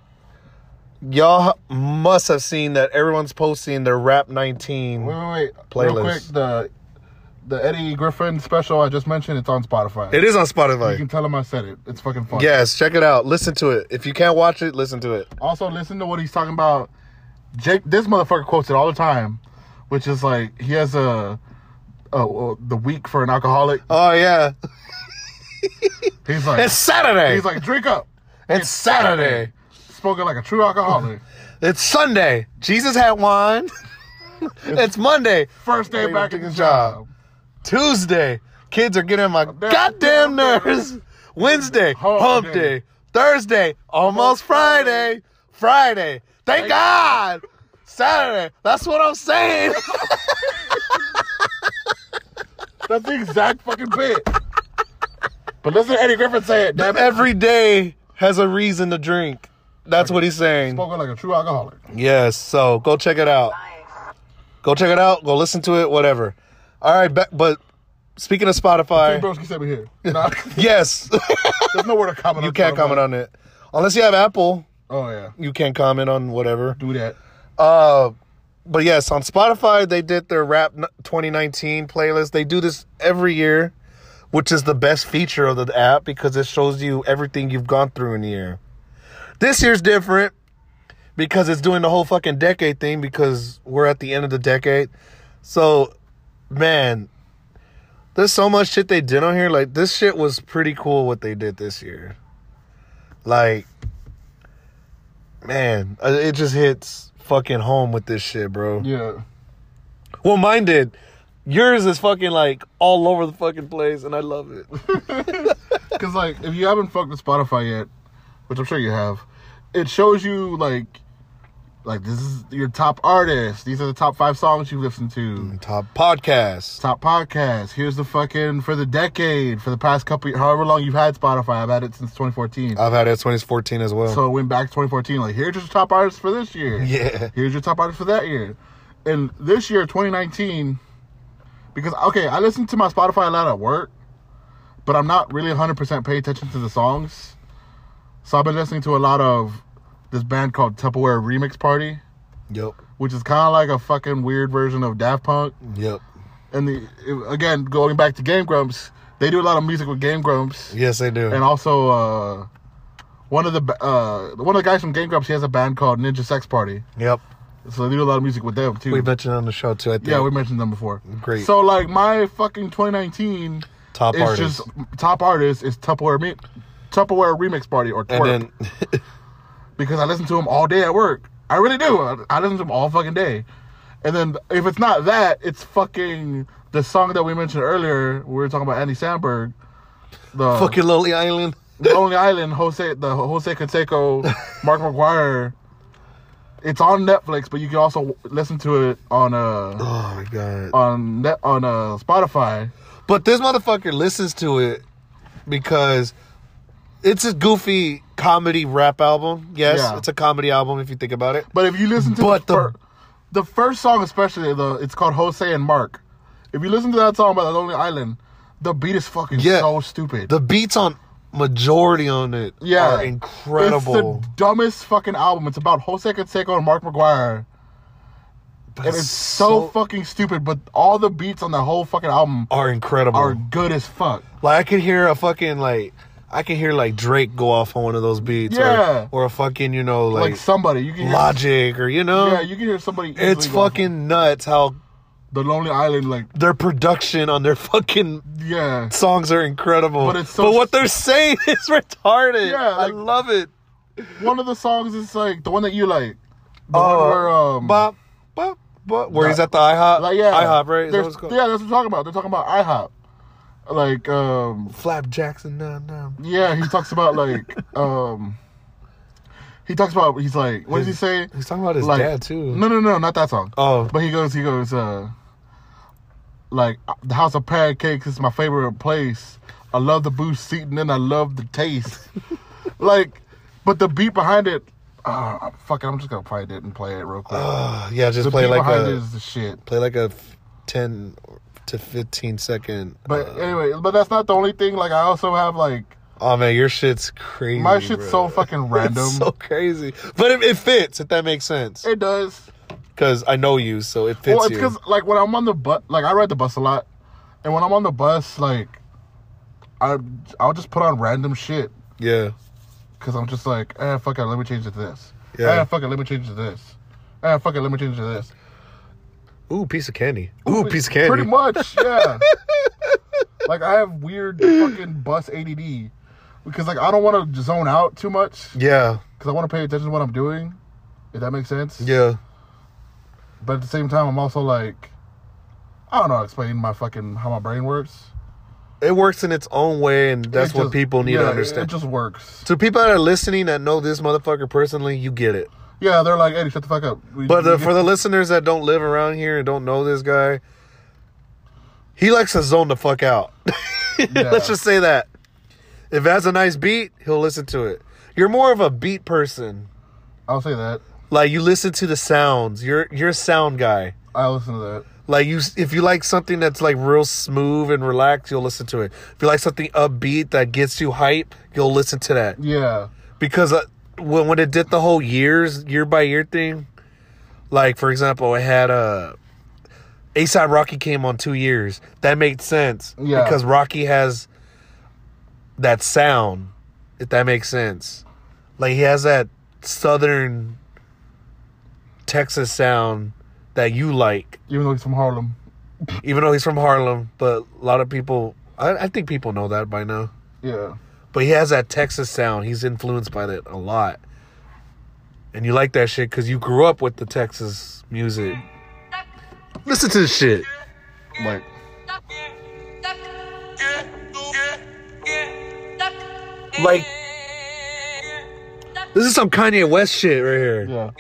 Speaker 2: y'all h- must have seen that everyone's posting their Rap 19.
Speaker 1: Wait, wait, wait. Real
Speaker 2: Playlist.
Speaker 1: quick, the the Eddie Griffin special I just mentioned. It's on Spotify.
Speaker 2: It is on
Speaker 1: You can
Speaker 2: Spotify.
Speaker 1: tell him I said it. It's fucking funny.
Speaker 2: Yes, check it out. Listen to it. If you can't watch it, listen to it.
Speaker 1: Also, listen to what he's talking about. Jake, this motherfucker quotes it all the time, which is like he has a, a, a the week for an alcoholic.
Speaker 2: Oh yeah,
Speaker 1: He's like,
Speaker 2: it's Saturday.
Speaker 1: he's like, drink up.
Speaker 2: it's Saturday.
Speaker 1: Spoken like a true alcoholic.
Speaker 2: It's Sunday. Jesus had wine. it's Monday.
Speaker 1: First day
Speaker 2: They
Speaker 1: back
Speaker 2: did
Speaker 1: at the
Speaker 2: the
Speaker 1: job.
Speaker 2: job. Tuesday, kids are getting on my goddamn nerves. Wednesday,
Speaker 1: Hump
Speaker 2: hump
Speaker 1: day.
Speaker 2: day. Thursday, almost Friday. Friday, thank God. Saturday, that's what I'm saying.
Speaker 1: That's the exact fucking bit. But listen, to Eddie Griffin say it. Damn it.
Speaker 2: Every day has a reason to drink. That's what he's saying.
Speaker 1: Spoken like a true alcoholic.
Speaker 2: Yes, so go check it out. Go check it out. Go listen to it, whatever. All right, ba- but speaking of
Speaker 1: Hey,
Speaker 2: Spotify,
Speaker 1: broski sent me here. Nah,
Speaker 2: yes,
Speaker 1: there's nowhere to comment.
Speaker 2: you can't comment on it. Unless you have Apple,
Speaker 1: Oh yeah,
Speaker 2: you can't comment on whatever.
Speaker 1: do that.
Speaker 2: Uh, but yes, on Spotify they did their rap n- 2019 playlist. They do this every year, which is the best feature of the app because it shows you everything you've gone through in the year. This year's different because it's doing the whole fucking decade thing because we're at the end of the decade. So, man, there's so much shit they did on here. Like this shit was pretty cool what they did this year. Like man, uh, it just hits fucking home with this shit, bro.
Speaker 1: Yeah.
Speaker 2: Well, mine did. Yours is fucking like all over the fucking place, and I love it.
Speaker 1: Because, like, if you haven't fucked with Spotify yet, which I'm sure you have, it shows you, like, like this is your top artist. These are the top five songs you listen to.
Speaker 2: Top podcast.
Speaker 1: Top podcast. Here's the fucking for the decade, for the past couple, however long you've had Spotify. I've had it since 2014.
Speaker 2: I've had it 2014 as well.
Speaker 1: so it went back to 2014. Like, here's your top artists for this year.
Speaker 2: yeah,
Speaker 1: Here's your top artist for that year. And this year, 2019, because, okay, I listen to my Spotify a lot at work, but I'm not really 100% paying attention to the songs. So I've been listening to a lot of this band called Tupperware Remix Party,
Speaker 2: yep,
Speaker 1: which is kind of like a fucking weird version of Daft Punk.
Speaker 2: yep.
Speaker 1: And the it- again, going back to Game Grumps, they do a lot of music with Game Grumps.
Speaker 2: Yes, they do.
Speaker 1: And also, uh, one of the ba- uh, one of the guys from Game Grumps, he has a band called Ninja Sex Party.
Speaker 2: yep,
Speaker 1: So they do a lot of music with them too.
Speaker 2: we mentioned on the show too. I think.
Speaker 1: Yeah, we mentioned them before.
Speaker 2: Great.
Speaker 1: So like my fucking 2019
Speaker 2: top
Speaker 1: is
Speaker 2: artists.
Speaker 1: just top artist is Tupperware me, Tupperware remix party or
Speaker 2: and
Speaker 1: twerp
Speaker 2: then
Speaker 1: because I listen to them all day at work. I really do. I, I listen to them all fucking day. And then if it's not that, it's fucking the song that we mentioned earlier. We were talking about Andy Sandberg, the
Speaker 2: fucking Lonely Island.
Speaker 1: Lonely Island, Jose, the Jose Canseco, Mark McGuire. It's on Netflix, but you can also listen to it on uh
Speaker 2: Oh my god.
Speaker 1: on net on uh Spotify.
Speaker 2: But this motherfucker listens to it because it's a goofy comedy rap album. Yes,
Speaker 1: Yeah.
Speaker 2: it's a comedy album if you think about it.
Speaker 1: But if you listen to
Speaker 2: But
Speaker 1: the,
Speaker 2: the-
Speaker 1: fir- the first song, especially the it's called Jose and Mark. If you listen to that song by the Lonely Island, the beat is fucking
Speaker 2: Yeah.
Speaker 1: so stupid.
Speaker 2: The beats on majority on it
Speaker 1: yeah,
Speaker 2: are incredible.
Speaker 1: It's the dumbest fucking album. It's about Jose Canseco and Mark McGuire,
Speaker 2: But
Speaker 1: and it's so, fucking stupid. But all the beats on the whole fucking album
Speaker 2: are incredible.
Speaker 1: are good as fuck.
Speaker 2: like I could hear a fucking like I can hear like Drake go off on one of those beats. or-
Speaker 1: Yeah.
Speaker 2: Or, a fucking, you know,
Speaker 1: Like,
Speaker 2: like,
Speaker 1: somebody, you can hear,
Speaker 2: logic or you know.
Speaker 1: yeah, you can hear somebody.
Speaker 2: it's
Speaker 1: easily go,
Speaker 2: fucking nuts how
Speaker 1: the Lonely Island, like
Speaker 2: their production on their fucking
Speaker 1: yeah.
Speaker 2: songs are incredible.
Speaker 1: But it's so-
Speaker 2: what they're saying is retarded.
Speaker 1: Yeah,
Speaker 2: I
Speaker 1: like-
Speaker 2: love it.
Speaker 1: One of the songs is like the one that you like. The one
Speaker 2: Oh,
Speaker 1: where um,
Speaker 2: bop, bop, bop. Where he's
Speaker 1: Like-
Speaker 2: at the IHOP.
Speaker 1: Like yeah,
Speaker 2: IHOP, right?
Speaker 1: There's-
Speaker 2: Is that what it's called?
Speaker 1: yeah, that's what we're talking about. They're talking about IHOP. Like, um,
Speaker 2: Flap Jackson. Nah, nah.
Speaker 1: yeah, he talks about like, um, he talks about he's like, what does he
Speaker 2: His-
Speaker 1: say?
Speaker 2: He's talking about his
Speaker 1: Like-
Speaker 2: dad too.
Speaker 1: No, no, no, not that song.
Speaker 2: Oh,
Speaker 1: But he goes, he goes, uh, like uh, the House of Pancakes is my favorite place. I love the booth seating and I love the taste. like, but the beat behind it, uh, fuck it, I'm just gonna find it and play it real quick.
Speaker 2: Ah, yeah. Just
Speaker 1: the
Speaker 2: play
Speaker 1: beat
Speaker 2: like
Speaker 1: behind it
Speaker 2: a
Speaker 1: is the shit.
Speaker 2: play like a f- ten to fifteen second.
Speaker 1: But
Speaker 2: uh,
Speaker 1: anyway, but that's not the only thing. Like, I also have like.
Speaker 2: oh man, your shit's crazy.
Speaker 1: My shit's so
Speaker 2: bro.
Speaker 1: fucking random.
Speaker 2: It's so crazy, but it, it fits if that makes sense.
Speaker 1: it does.
Speaker 2: Because I know you, so it fits
Speaker 1: well, it's
Speaker 2: you.
Speaker 1: because like when I'm on the bus, like I ride the bus a lot, and when I'm on the bus, like I I'll just put on random shit
Speaker 2: yeah,
Speaker 1: because I'm just like, eh, fuck it, let me change it to this.
Speaker 2: Yeah.
Speaker 1: Eh, fuck it, let me change it to this. Eh, fuck it, let me change it to this.
Speaker 2: Ooh, piece of candy. Ooh, piece of candy.
Speaker 1: Pretty much, yeah. like I have weird fucking bus ADD because like I don't want to zone out too much
Speaker 2: Yeah,
Speaker 1: because I want to pay attention to what I'm doing. If that makes sense.
Speaker 2: yeah.
Speaker 1: But at the same time, I'm also like, I don't know, how to explain my fucking how my brain works.
Speaker 2: It works in its own way, and that's
Speaker 1: It
Speaker 2: what
Speaker 1: just-
Speaker 2: people need
Speaker 1: yeah,
Speaker 2: to
Speaker 1: it-
Speaker 2: understand.
Speaker 1: It just works.
Speaker 2: so people that are listening that know this motherfucker personally, you get it.
Speaker 1: Yeah, they're like, Eddie, shut the fuck up. We-
Speaker 2: But
Speaker 1: we
Speaker 2: uh,
Speaker 1: get-
Speaker 2: for the listeners that don't live around here and don't know this guy, he likes to zone the fuck out.
Speaker 1: Yeah.
Speaker 2: Let's just say that. If it has a nice beat, he'll listen to it. You're more of a beat person.
Speaker 1: I'll say that.
Speaker 2: Like you listen to the sounds. You're you're a sound guy.
Speaker 1: I listen to that.
Speaker 2: Like you, if you like something that's like real smooth and relaxed, you'll listen to it. If you like something upbeat that gets you hype, you'll listen to that.
Speaker 1: Yeah,
Speaker 2: Because uh, when when it did the whole years year by year thing, Like for example, it had uh, ASAP Rocky came on two years. That made sense
Speaker 1: Yeah.
Speaker 2: because Rocky has that sound. If that makes sense, like he has that southern Texas sound that you like,
Speaker 1: even though he's from Harlem.
Speaker 2: even though he's from Harlem. But a lot of people, I, I think people know that by now.
Speaker 1: Yeah.
Speaker 2: But he has that Texas sound. He's influenced by that a lot. And you like that shit because you grew up with the Texas music. Listen to this shit.
Speaker 1: Like,
Speaker 2: Like, this is some Kanye West shit right here.
Speaker 1: yeah.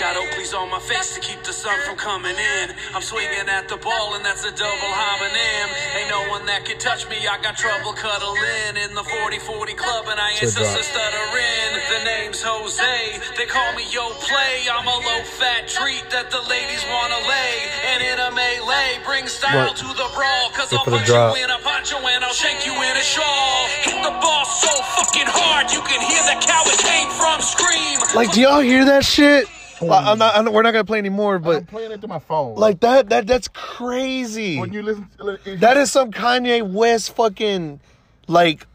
Speaker 5: Got Oakleys on my face to keep the sun from coming in. I'm swinging at the ball, and that's a double homonym. Ain't no one that can touch me. I got trouble cuddling in the 40-40 club, and I ain't
Speaker 2: Good
Speaker 5: sister
Speaker 2: job.
Speaker 5: stuttering. The name's Jose. They call me Yo Play. I'm a low-fat treat that the ladies wanna lay. And in a melee, bring style
Speaker 2: What?
Speaker 5: to the brawl. Cause
Speaker 2: Look
Speaker 5: I'll
Speaker 2: for the
Speaker 5: punch
Speaker 2: drop.
Speaker 5: you in a poncho and I'll shank you in a shawl. Hit the ball so fucking hard, you can hear the cow it came from scream.
Speaker 2: Like, do y'all hear that shit? I- I'm not, I don't- we're not gonna play anymore, but
Speaker 1: I'm playing it through my phone.
Speaker 2: like that, that that's crazy.
Speaker 1: when you listen, to, like, if you-
Speaker 2: that is some Kanye West fucking like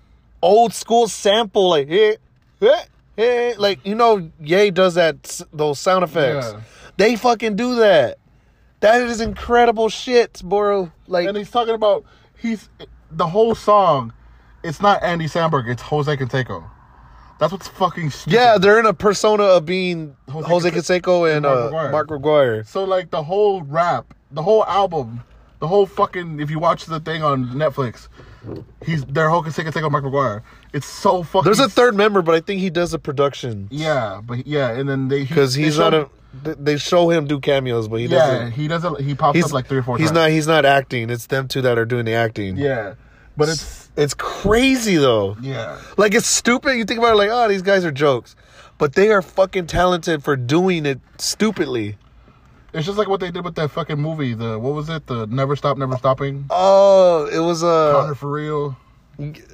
Speaker 2: old school sample, like hey, hey, hey. like you know, Ye does that s- those sound effects.
Speaker 1: Yeah.
Speaker 2: They fucking do that. That is incredible shit, bro. Like
Speaker 1: and he's talking about he's the whole song. It's not Andy Samberg. It's Jose Canseco. That's what's fucking stupid.
Speaker 2: yeah, they're in a persona of being
Speaker 1: Jose
Speaker 2: Jose, Canseco and
Speaker 1: Mark
Speaker 2: uh,
Speaker 1: McGuire.
Speaker 2: Mark McGuire.
Speaker 1: So like the whole rap, the whole album, the whole fucking if you watch the thing on Netflix, he's their whole Canseco Canseco Mark McGuire. It's so fucking.
Speaker 2: There's a third member, but I think he does the production
Speaker 1: Yeah, but yeah, and then they
Speaker 2: because
Speaker 1: they
Speaker 2: he's
Speaker 1: showed-
Speaker 2: not a. th- They show him do cameos, but he
Speaker 1: Yeah,
Speaker 2: doesn't.
Speaker 1: he doesn't. He pops up like three or four.
Speaker 2: He's
Speaker 1: times.
Speaker 2: not. He's not acting. It's them two that are doing the acting.
Speaker 1: Yeah, but it's
Speaker 2: It's crazy though.
Speaker 1: yeah.
Speaker 2: Like it's stupid. You think about it like, oh, these guys are jokes. But they are fucking talented for doing it stupidly.
Speaker 1: It's just like what they did with that fucking movie. The what was it? The Never Stop, Never Stopping.
Speaker 2: Oh, it was
Speaker 1: Connor
Speaker 2: uh,
Speaker 1: for real.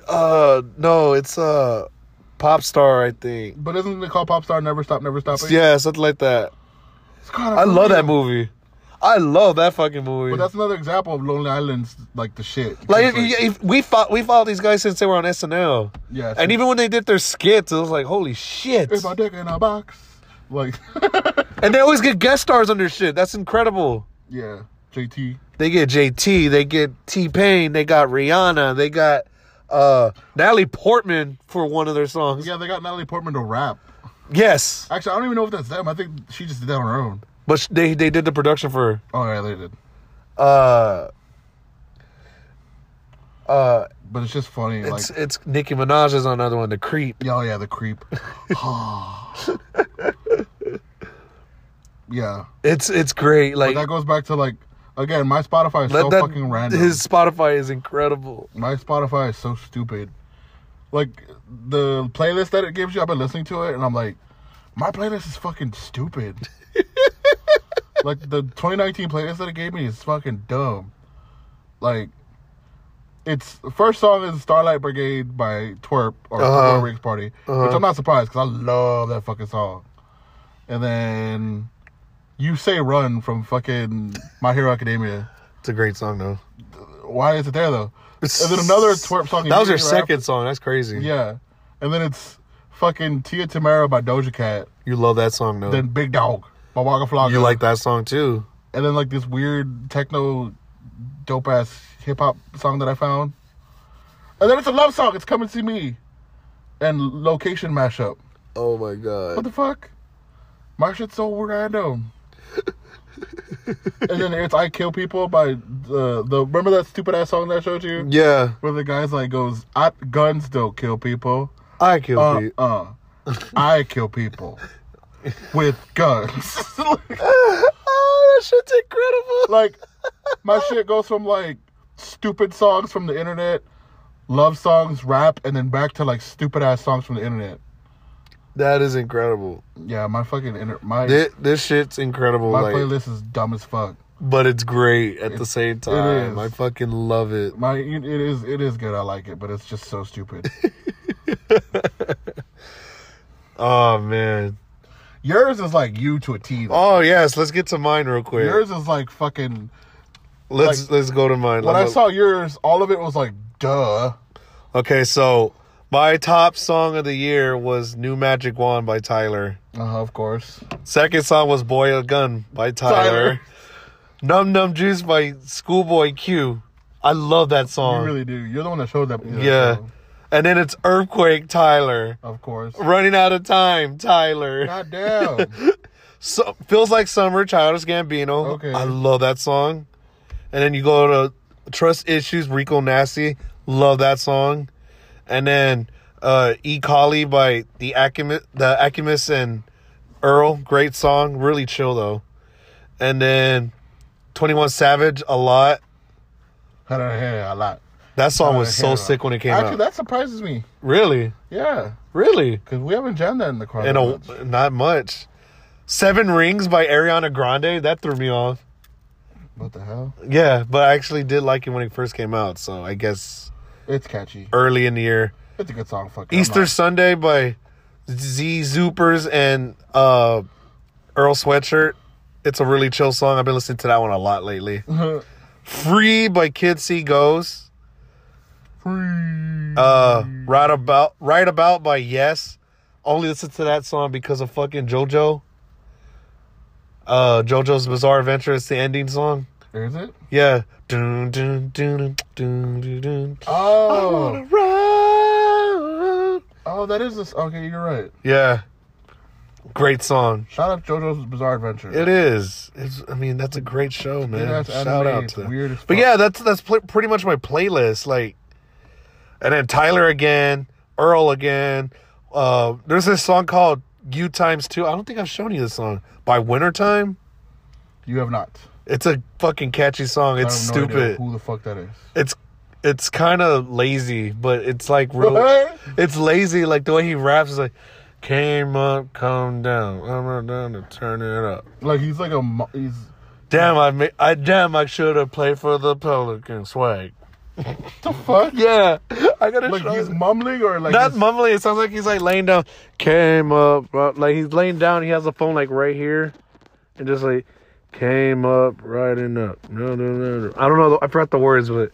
Speaker 2: uh no, it's uh pop star, I think.
Speaker 1: But isn't it called Popstar Never Stop, Never Stopping?
Speaker 2: Yeah, something like that.
Speaker 1: It's Connor
Speaker 2: I
Speaker 1: for
Speaker 2: love
Speaker 1: Real.
Speaker 2: that movie. I love that fucking movie.
Speaker 1: But that's another example of Lonely Island's like the shit.
Speaker 2: like
Speaker 1: It's
Speaker 2: if, if we fought, we followed these guys since they were on SNL.
Speaker 1: Yeah, it's-
Speaker 2: and even when they did their skits, it was like, holy shit!
Speaker 1: it's my dick in a box. Like
Speaker 2: And they always get guest stars on their shit. That's incredible.
Speaker 1: yeah, JT.
Speaker 2: They get JT, they get T Pain, they got Rihanna, they got uh Natalie Portman for one of their songs.
Speaker 1: Yeah, they got Natalie Portman to rap.
Speaker 2: Yes,
Speaker 1: Actually, I don't even know if that's them. I think she just did that on her own.
Speaker 2: but sh- they they did the production for
Speaker 1: Oh yeah, they did.
Speaker 2: uh uh
Speaker 1: But it's just funny.
Speaker 2: it's
Speaker 1: like
Speaker 2: it's Nicki Minaj is on another one, The Creep.
Speaker 1: yeah, oh, yeah, the creep. yeah,
Speaker 2: It's it's great. Like
Speaker 1: but that goes back to like again, my Spotify is
Speaker 2: let
Speaker 1: so
Speaker 2: that-
Speaker 1: fucking random.
Speaker 2: his Spotify is incredible.
Speaker 1: My Spotify is so stupid. Like the playlist that it gives you, I've been listening to it, and I'm like, my playlist is fucking stupid. like the 2019 playlist that it gave me is fucking dumb. Like, it's first song is "Starlight Brigade" by Twerp or
Speaker 2: Uh-huh.
Speaker 1: uh Riggs Party, which I'm not surprised because I love that fucking song. And then "You Say Run" from fucking My Hero Academia.
Speaker 2: It's a great song though.
Speaker 1: Why is it there though? And then another twerp song.
Speaker 2: That was
Speaker 1: immediately
Speaker 2: her
Speaker 1: right
Speaker 2: second song. That's crazy.
Speaker 1: after- yeah, and then it's fucking Tia Tamara by Doja Cat.
Speaker 2: You love that song though.
Speaker 1: Then Big Dog by Waka Flocka.
Speaker 2: you like that song too.
Speaker 1: And then like this weird techno, dope ass hip hop song that I found. And then it's a love song. It's "Come and See Me," and location mashup.
Speaker 2: Oh my god.
Speaker 1: What the fuck? My shit's so random. and then it's "I Kill People" by the the remember that stupid ass song that I showed you.
Speaker 2: yeah.
Speaker 1: where the guy's like goes, I, "Guns don't kill people.
Speaker 2: I kill
Speaker 1: Uh,
Speaker 2: Pete.
Speaker 1: uh, I kill people with guns."
Speaker 2: Oh, Ah, that shit's incredible.
Speaker 1: like my shit goes from like stupid songs from the internet, love songs, rap, and then back to like stupid ass songs from the internet.
Speaker 2: That is incredible.
Speaker 1: Yeah, my fucking inter- my
Speaker 2: This, this shit's incredible.
Speaker 1: my
Speaker 2: like,
Speaker 1: playlist is dumb as fuck.
Speaker 2: but it's great at the same time.
Speaker 1: is.
Speaker 2: I fucking love it.
Speaker 1: My it is it is good. I like it, but it's just so stupid.
Speaker 2: Oh man,
Speaker 1: Yours is like you to a T. though.
Speaker 2: Oh yes, let's get to mine real quick.
Speaker 1: Yours is like fucking.
Speaker 2: let's
Speaker 1: like-
Speaker 2: let's go to mine.
Speaker 1: When I
Speaker 2: Let's-
Speaker 1: saw yours, all of it was like, duh.
Speaker 2: Okay, so my top song of the year was "New Magic Wand" by Tyler.
Speaker 1: Uh, of course.
Speaker 2: Second song was "Boy a Gun" by Tyler.
Speaker 1: Tyler.
Speaker 2: "Num Num Juice" by Schoolboy Q. I love
Speaker 1: You
Speaker 2: that song.
Speaker 1: really do. You're the one that showed that.
Speaker 2: Um, yeah, and then it's "Earthquake" Tyler.
Speaker 1: Of course.
Speaker 2: Running out of time, Tyler.
Speaker 1: God damn.
Speaker 2: So, feels like summer, Childish Gambino.
Speaker 1: Okay.
Speaker 2: I love that song. And then you go to Trust Issues, Rico Nasty. Love that song. And then uh, E. Collie by the Acumis, the Acumis and Earl. Great song. Really chill though. And then 21 Savage, a lot.
Speaker 1: I don't hear a lot.
Speaker 2: That song was
Speaker 1: I
Speaker 2: so
Speaker 1: hear a lot.
Speaker 2: sick when it came
Speaker 1: Actually,
Speaker 2: out.
Speaker 1: that surprises me.
Speaker 2: really?
Speaker 1: Yeah.
Speaker 2: Really?
Speaker 1: Because we haven't jammed that in the car.
Speaker 2: And
Speaker 1: that
Speaker 2: a,
Speaker 1: much.
Speaker 2: not much. Seven Rings by Ariana Grande. That threw me off.
Speaker 1: What the hell?
Speaker 2: Yeah, but I actually did like it when it first came out. So I guess
Speaker 1: It's catchy.
Speaker 2: early in the year.
Speaker 1: It's a good song. Fuck it, I'm
Speaker 2: Easter
Speaker 1: not-
Speaker 2: Sunday by Z Zoopers and uh, Earl Sweatshirt. It's a really chill song. I've been listening to that one a lot lately. Free by Kid C Goes.
Speaker 1: Free.
Speaker 2: Uh, right about right about by Yes. Only listen to that song because of fucking JoJo. Uh, JoJo's Bizarre Adventure. It's the ending song.
Speaker 1: Is it?
Speaker 2: Yeah. Dun, dun, dun, dun, dun, dun.
Speaker 1: Oh.
Speaker 2: Run.
Speaker 1: Oh, that is this. Okay, you're right.
Speaker 2: Yeah. Great song.
Speaker 1: Shout out to JoJo's Bizarre Adventure.
Speaker 2: It is. It's I mean, that's a great show, man.
Speaker 1: that's
Speaker 2: Shout
Speaker 1: anime.
Speaker 2: out
Speaker 1: It's
Speaker 2: to
Speaker 1: weird as
Speaker 2: But
Speaker 1: fuck.
Speaker 2: yeah, that's that's pl- pretty much my playlist like and then Tyler again, Earl again. Uh there's this song called You Times 2. I don't think I've shown you this song by Wintertime.
Speaker 1: You have not.
Speaker 2: It's a fucking catchy song.
Speaker 1: I
Speaker 2: It's
Speaker 1: have no idea
Speaker 2: stupid.
Speaker 1: who the fuck that is?
Speaker 2: It's it's kind of lazy, but it's like real.
Speaker 1: What?
Speaker 2: It's lazy, like the way he raps is like, came up, come down, I'm down to turn it up.
Speaker 1: Like he's like a mo- he's
Speaker 2: Damn, I ma- I damn, I should have played for the Pelican swag.
Speaker 1: the fuck.
Speaker 2: Yeah, I gotta
Speaker 1: Like
Speaker 2: show
Speaker 1: he's
Speaker 2: you.
Speaker 1: mumbling or like
Speaker 2: Not
Speaker 1: his-
Speaker 2: mumbling. It sounds like he's like laying down. Came up, uh, like he's laying down. He has the phone like right here, and just like came up, riding up. No, no, no, no. I don't know. I forgot the words, but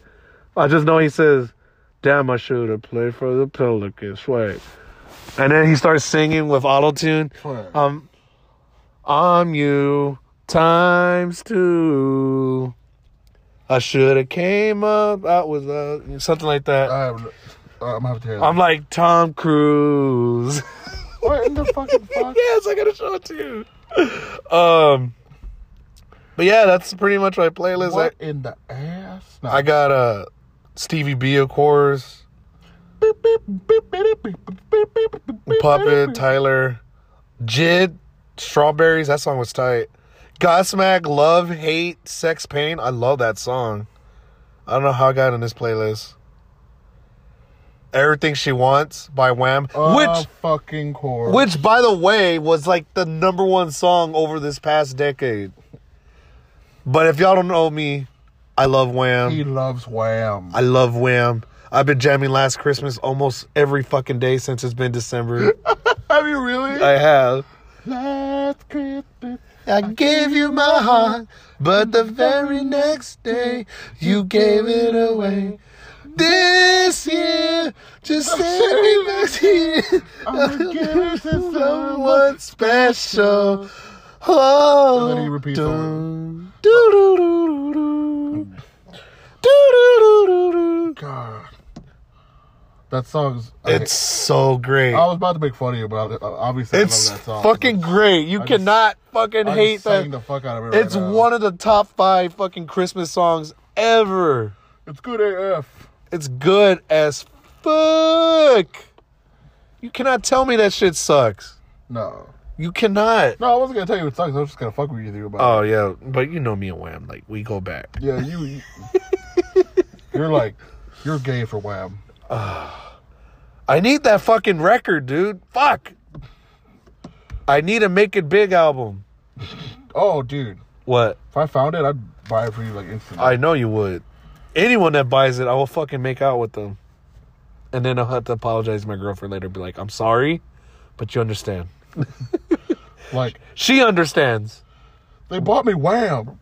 Speaker 2: I just know he says, "Damn, I should have played for the Pelicans." Swag. And then he starts singing with auto tune.
Speaker 1: Swag.
Speaker 2: Um, I'm you times two. I should have came up. I was uh, something like that.
Speaker 1: I have, no- uh, I'm gonna have to hear that.
Speaker 2: I'm like Tom Cruise.
Speaker 1: what in the fucking fuck?
Speaker 2: yes, I gotta show it to you. Um, but yeah, that's pretty much my playlist.
Speaker 1: What in the ass? No.
Speaker 2: I, I got uh Stevie B of course, Puppet, Tyler, Jid, Strawberries. That song was tight. Godsmack, Love, Hate, Sex, Pain. I love that song. I don't know how I got in this playlist. Everything She Wants by Wham,
Speaker 1: Uh,
Speaker 2: which
Speaker 1: fucking core?
Speaker 2: Which, by the way, was like the number one song over this past decade. But if y'all don't know me, I love
Speaker 1: he
Speaker 2: Wham.
Speaker 1: loves Wham.
Speaker 2: I love Wham. I've been jamming Last Christmas almost every fucking day since it's been December.
Speaker 1: Have you really?
Speaker 2: I have.
Speaker 1: Last Christmas.
Speaker 2: I gave you my heart, but the very next day you gave it away. This year, just send me back here.
Speaker 1: I'm gonna give it to someone.
Speaker 2: someone special. Oh,
Speaker 1: And then he repeats
Speaker 2: dun, doo, doo, doo, doo, doo. Doo, doo, doo, doo, doo.
Speaker 1: God, that song's.
Speaker 2: It's so great.
Speaker 1: I, I was about to make fun of you, but I- I- obviously
Speaker 2: It's
Speaker 1: I love that song.
Speaker 2: fucking great. You
Speaker 1: I just-
Speaker 2: cannot fucking
Speaker 1: I
Speaker 2: hate
Speaker 1: just sang
Speaker 2: that.
Speaker 1: the fuck out of it.
Speaker 2: It's
Speaker 1: right now.
Speaker 2: one of the top five fucking Christmas songs ever.
Speaker 1: It's good AF.
Speaker 2: It's good as fuck. You cannot tell me that shit sucks.
Speaker 1: No,
Speaker 2: You cannot.
Speaker 1: no, I wasn't gonna tell you it sucks. I was just gonna fuck with you about.
Speaker 2: Oh yeah, but you know me and Wham. Like we go back.
Speaker 1: it. Yeah, you. you you're like, you're gay for Wham.
Speaker 2: I need that fucking record, dude. Fuck. I need a Make It Big album.
Speaker 1: Oh, dude,
Speaker 2: What?
Speaker 1: if I found it, I'd buy it for you like instantly.
Speaker 2: I know you would. Anyone that buys it, I will fucking make out with them. And then I'll have to apologize to my girlfriend later. Be like, I'm sorry, but you understand.
Speaker 1: Like
Speaker 2: She understands.
Speaker 1: they bought me Wham.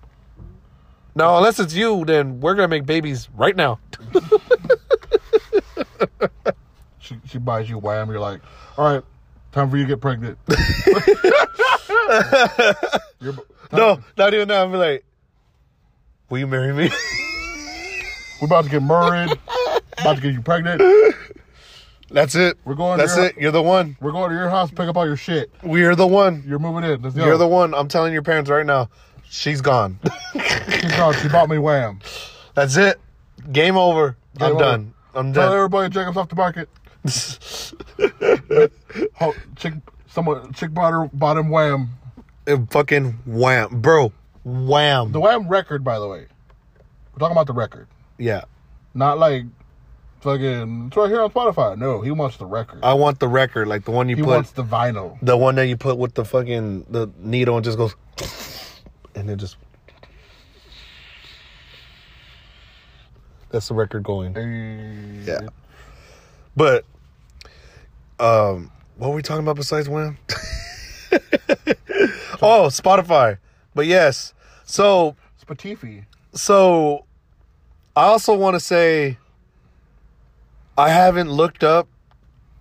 Speaker 2: No, unless it's you, then we're gonna make babies right now.
Speaker 1: She she buys you Wham. You're like, all right, time for you to get pregnant. You're,
Speaker 2: No, not even that. I'm like, will you marry me?
Speaker 1: we're about to get married. about to get you pregnant.
Speaker 2: That's it.
Speaker 1: We're going
Speaker 2: That's
Speaker 1: there.
Speaker 2: it. You're the one.
Speaker 1: We're going to your house to pick up all your shit.
Speaker 2: We're the one.
Speaker 1: You're moving in. Let's go.
Speaker 2: You're the one. I'm telling your parents right now. She's gone.
Speaker 1: She's gone. She bought me Wham.
Speaker 2: That's it. Game over. I'm
Speaker 1: over.
Speaker 2: done. I'm
Speaker 1: Tell
Speaker 2: done.
Speaker 1: everybody Jacob's off the market. Ho- chick, someone, chick bought her, bought him Wham.
Speaker 2: And fucking wham, bro. Wham.
Speaker 1: The Wham record, by the way. We're talking about the record,
Speaker 2: Yeah.
Speaker 1: not like fucking. It's right here on Spotify. No, he wants the record.
Speaker 2: I want the record, like the one you
Speaker 1: he
Speaker 2: put,
Speaker 1: wants the vinyl.
Speaker 2: the one that you put with the fucking the needle and just goes, and it just. That's the record going.
Speaker 1: Yeah.
Speaker 2: But um what were we talking about besides Wham? oh, Spotify. But yes. So
Speaker 1: Spatifi.
Speaker 2: so I also want to say I haven't looked up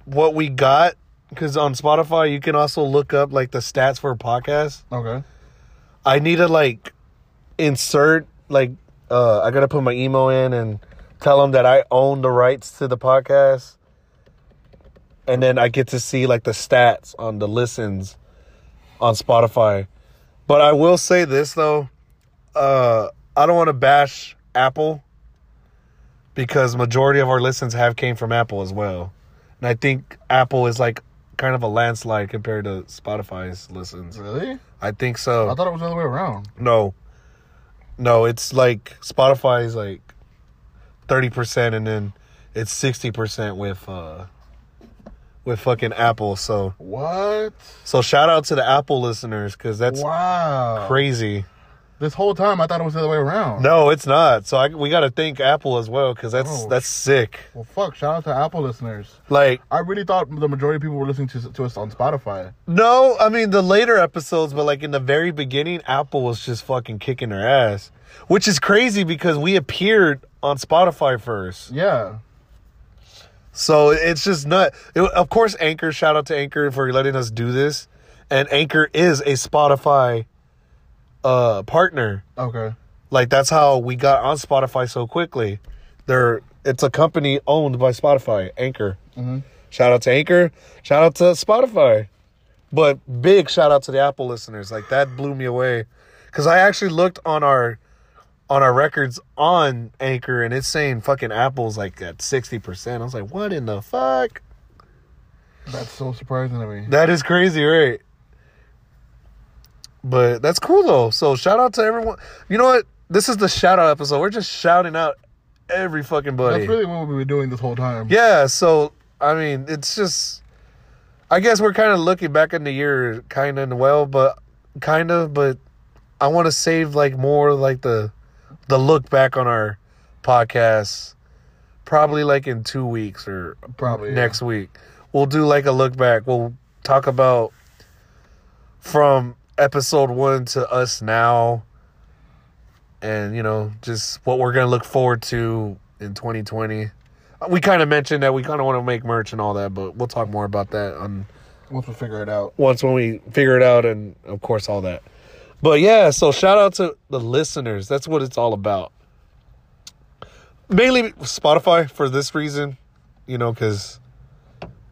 Speaker 2: what we got cuz on Spotify you can also look up like the stats for a podcast.
Speaker 1: Okay.
Speaker 2: I need to like insert like uh I gotta put my email in and tell them that I own the rights to the podcast, and then I get to see like the stats on the listens on Spotify. But I will say this though, uh I don't want to bash Apple because majority of our listens have came from Apple as well, and I think Apple is like kind of a landslide compared to Spotify's listens.
Speaker 1: Really?
Speaker 2: I think so.
Speaker 1: I thought it was the other way around.
Speaker 2: No. No, it's like Spotify is like 30% and then it's 60% with uh with fucking Apple. So
Speaker 1: What?
Speaker 2: so shout out to the Apple listeners cuz that's
Speaker 1: wow.
Speaker 2: crazy.
Speaker 1: This whole time I thought it was the other way around.
Speaker 2: No, it's not. So I, we got to thank Apple as well cuz that's
Speaker 1: Oh.
Speaker 2: that's sick.
Speaker 1: Well, fuck. Shout out to Apple listeners.
Speaker 2: Like
Speaker 1: I really thought the majority of people were listening to, to us on Spotify.
Speaker 2: no, I mean the later episodes but like in the very beginning Apple was just fucking kicking their ass, which is crazy because we appeared on Spotify first.
Speaker 1: Yeah.
Speaker 2: So it's just nut. It, of course, Anchor. Shout out to Anchor for letting us do this. And Anchor is a Spotify uh, partner.
Speaker 1: Okay.
Speaker 2: Like that's how we got on Spotify so quickly. They're it's a company owned by Spotify, Anchor. Shout out to Anchor. Shout out to Spotify. But big shout out to the Apple listeners. Like that blew me away because I actually looked on our on our records on Anchor and it's saying fucking Apple's like at sixty percent. I was like, what in the fuck?
Speaker 1: That's so surprising to me.
Speaker 2: That is crazy, right? But that's cool though. So shout out to everyone. You know what? This is the shout out episode. We're just shouting out every fucking buddy.
Speaker 1: That's really what we've been doing this whole time.
Speaker 2: yeah. So I mean, it's just. I guess we're kind of looking back in the year, kind of well, but kind of, but I want to save like more like the the look back on our podcast, probably like in two weeks or
Speaker 1: Probably. yeah.
Speaker 2: next week. We'll do like a look back. We'll talk about from episode one to us now, and you know, just what we're gonna look forward to in 2020. We kind of mentioned that we kind of want to make merch and all that, but we'll talk more about that on
Speaker 1: Once we figure it out.
Speaker 2: once when we figure it out, and of course all that. But yeah, so shout out to the listeners. That's what it's all about. Mainly Spotify for this reason, you know, because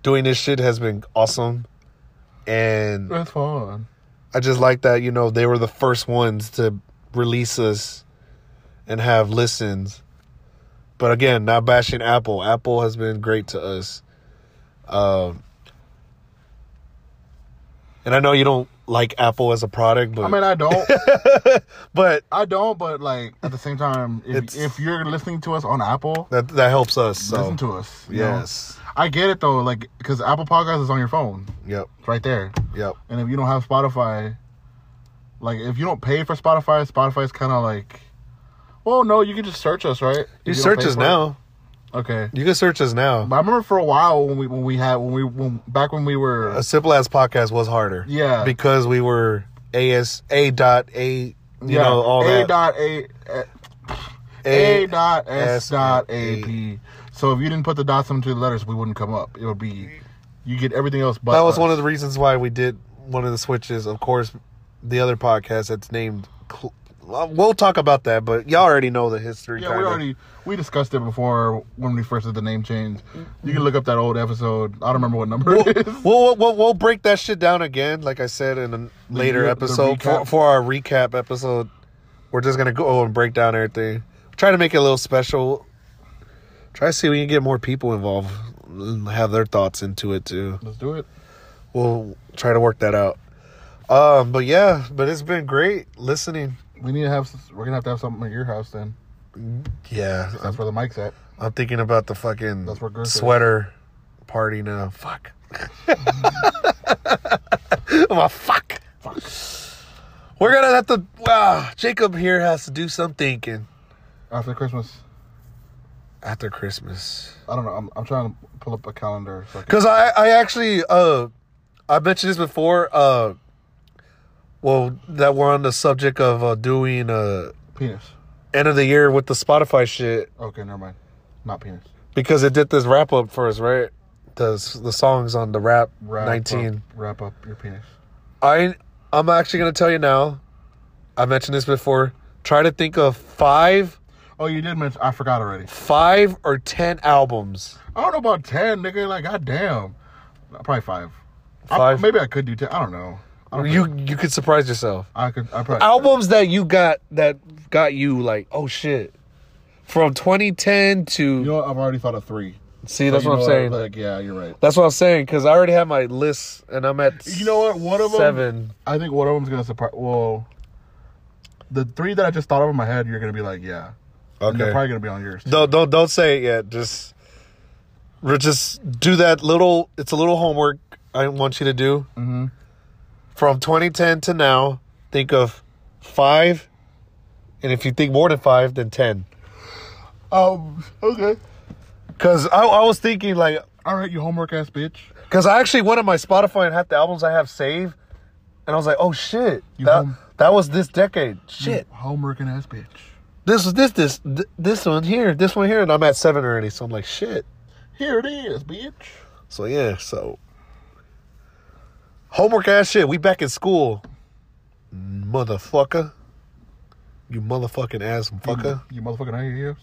Speaker 2: doing this shit has been awesome, and
Speaker 1: That's fun.
Speaker 2: I just like that you know they were the first ones to release us and have listens. But again, not bashing Apple. Apple has been great to us. Um, and I know you don't like Apple as a product, but
Speaker 1: I mean, I don't.
Speaker 2: but
Speaker 1: I don't, but like at the same time, if,
Speaker 2: It's-
Speaker 1: if you're listening to us on Apple,
Speaker 2: that that helps us. So
Speaker 1: listen to us. you know?
Speaker 2: yes,
Speaker 1: I get it though, like because Apple Podcast is on your phone,
Speaker 2: yep,
Speaker 1: it's right there.
Speaker 2: yep,
Speaker 1: And if you don't have Spotify, like if you don't pay for Spotify, Spotify's kind of like, well, no, you can just search us, right?
Speaker 2: you
Speaker 1: If don't
Speaker 2: search
Speaker 1: pay
Speaker 2: us
Speaker 1: for it.
Speaker 2: now.
Speaker 1: Okay.
Speaker 2: You can search us now.
Speaker 1: But I remember for a while when we when we had when we when, back when we were
Speaker 2: A simple ass podcast was harder.
Speaker 1: Yeah.
Speaker 2: Because we were AS A dot A you
Speaker 1: yeah,
Speaker 2: know, all
Speaker 1: a
Speaker 2: that.
Speaker 1: dot a
Speaker 2: A-
Speaker 1: a dot
Speaker 2: S
Speaker 1: s dot a
Speaker 2: and
Speaker 1: p. So if you didn't put the dots into the letters, we wouldn't come up. It would be you get everything else. But
Speaker 2: that was
Speaker 1: us.
Speaker 2: one of the reasons why we did one of the switches. Of course, the other podcast that's named. Cl- well, We'll talk about that, but y'all already know the history.
Speaker 1: Yeah, we
Speaker 2: kinda.
Speaker 1: already we discussed it before when we first did the name change. You can look up that old episode. I don't remember what number
Speaker 2: We'll,
Speaker 1: it is.
Speaker 2: we'll, we'll, we'll break that shit down again, like I said in a later
Speaker 1: the
Speaker 2: episode for,
Speaker 1: recap.
Speaker 2: for our recap episode. We're just gonna go and break down everything. Try to make it a little special. Try to see if we can get more people involved, and have their thoughts into it too.
Speaker 1: Let's do it.
Speaker 2: We'll try to work that out. Um, but yeah, but it's been great listening.
Speaker 1: We need to have. s- We're gonna have to have something at your house then.
Speaker 2: Yeah,
Speaker 1: That's where the mic's at.
Speaker 2: I'm thinking about the fucking
Speaker 1: That's where Gertha is.
Speaker 2: sweater party now. Fuck. well, fuck.
Speaker 1: Fuck.
Speaker 2: We're gonna have to. Wow, Jacob here has to do some thinking
Speaker 1: After Christmas,
Speaker 2: after Christmas.
Speaker 1: I don't know. I'm, I'm trying to pull up a calendar. So I can,
Speaker 2: Cause I, I actually, uh, I mentioned this before. Uh, well, that we're on the subject of uh, doing uh
Speaker 1: penis.
Speaker 2: end of the year with the Spotify shit
Speaker 1: Okay, never mind. Not penis.
Speaker 2: because it did this wrap up for us, right? The the songs on the rap,
Speaker 1: Wrap
Speaker 2: nineteen.
Speaker 1: Up, wrap up your penis.
Speaker 2: I I'm actually gonna tell you now. I mentioned this before. Try to think of five,
Speaker 1: Oh, you did mention. I forgot already.
Speaker 2: five or ten albums.
Speaker 1: I don't know about ten, nigga. Like, goddamn. Probably five. I-
Speaker 2: Five.
Speaker 1: maybe I could do ten. I don't know. I don't
Speaker 2: You you could surprise yourself.
Speaker 1: I could. I probably.
Speaker 2: Albums that you got that got you like oh shit, from 2010 to
Speaker 1: You know what? I've already thought of three.
Speaker 2: see that's
Speaker 1: You
Speaker 2: what I'm
Speaker 1: know
Speaker 2: saying.
Speaker 1: Like, yeah, you're right.
Speaker 2: that's what I'm saying because I already have my list and I'm at
Speaker 1: You know what? One of 'em-
Speaker 2: seven.
Speaker 1: I think one of them's gonna surprise. Well, the three that I just thought of in my head, you're gonna be like, yeah. And they're probably gonna be on yours. too.
Speaker 2: Don't don't don't say it yet. Just re- just do that little. It's a little homework I want you to do. Mm-hmm. From 2010 to now, think of five, and if you think more than five, then ten.
Speaker 1: Um. Okay.
Speaker 2: Cause I, I was thinking like,
Speaker 1: All right, you homework ass bitch.
Speaker 2: cause I actually went on my Spotify and half the albums I have saved, and I was like, oh shit,
Speaker 1: You
Speaker 2: that
Speaker 1: home- Mm.
Speaker 2: that was this decade. Shit,
Speaker 1: Homeworking ass bitch.
Speaker 2: this was this this th- this one here, this one here, and I'm at seven already. So I'm like, shit.
Speaker 1: Here it is, bitch.
Speaker 2: So yeah, so homework ass shit. We back in school, motherfucker. You motherfucking ass fucker.
Speaker 1: You motherfucking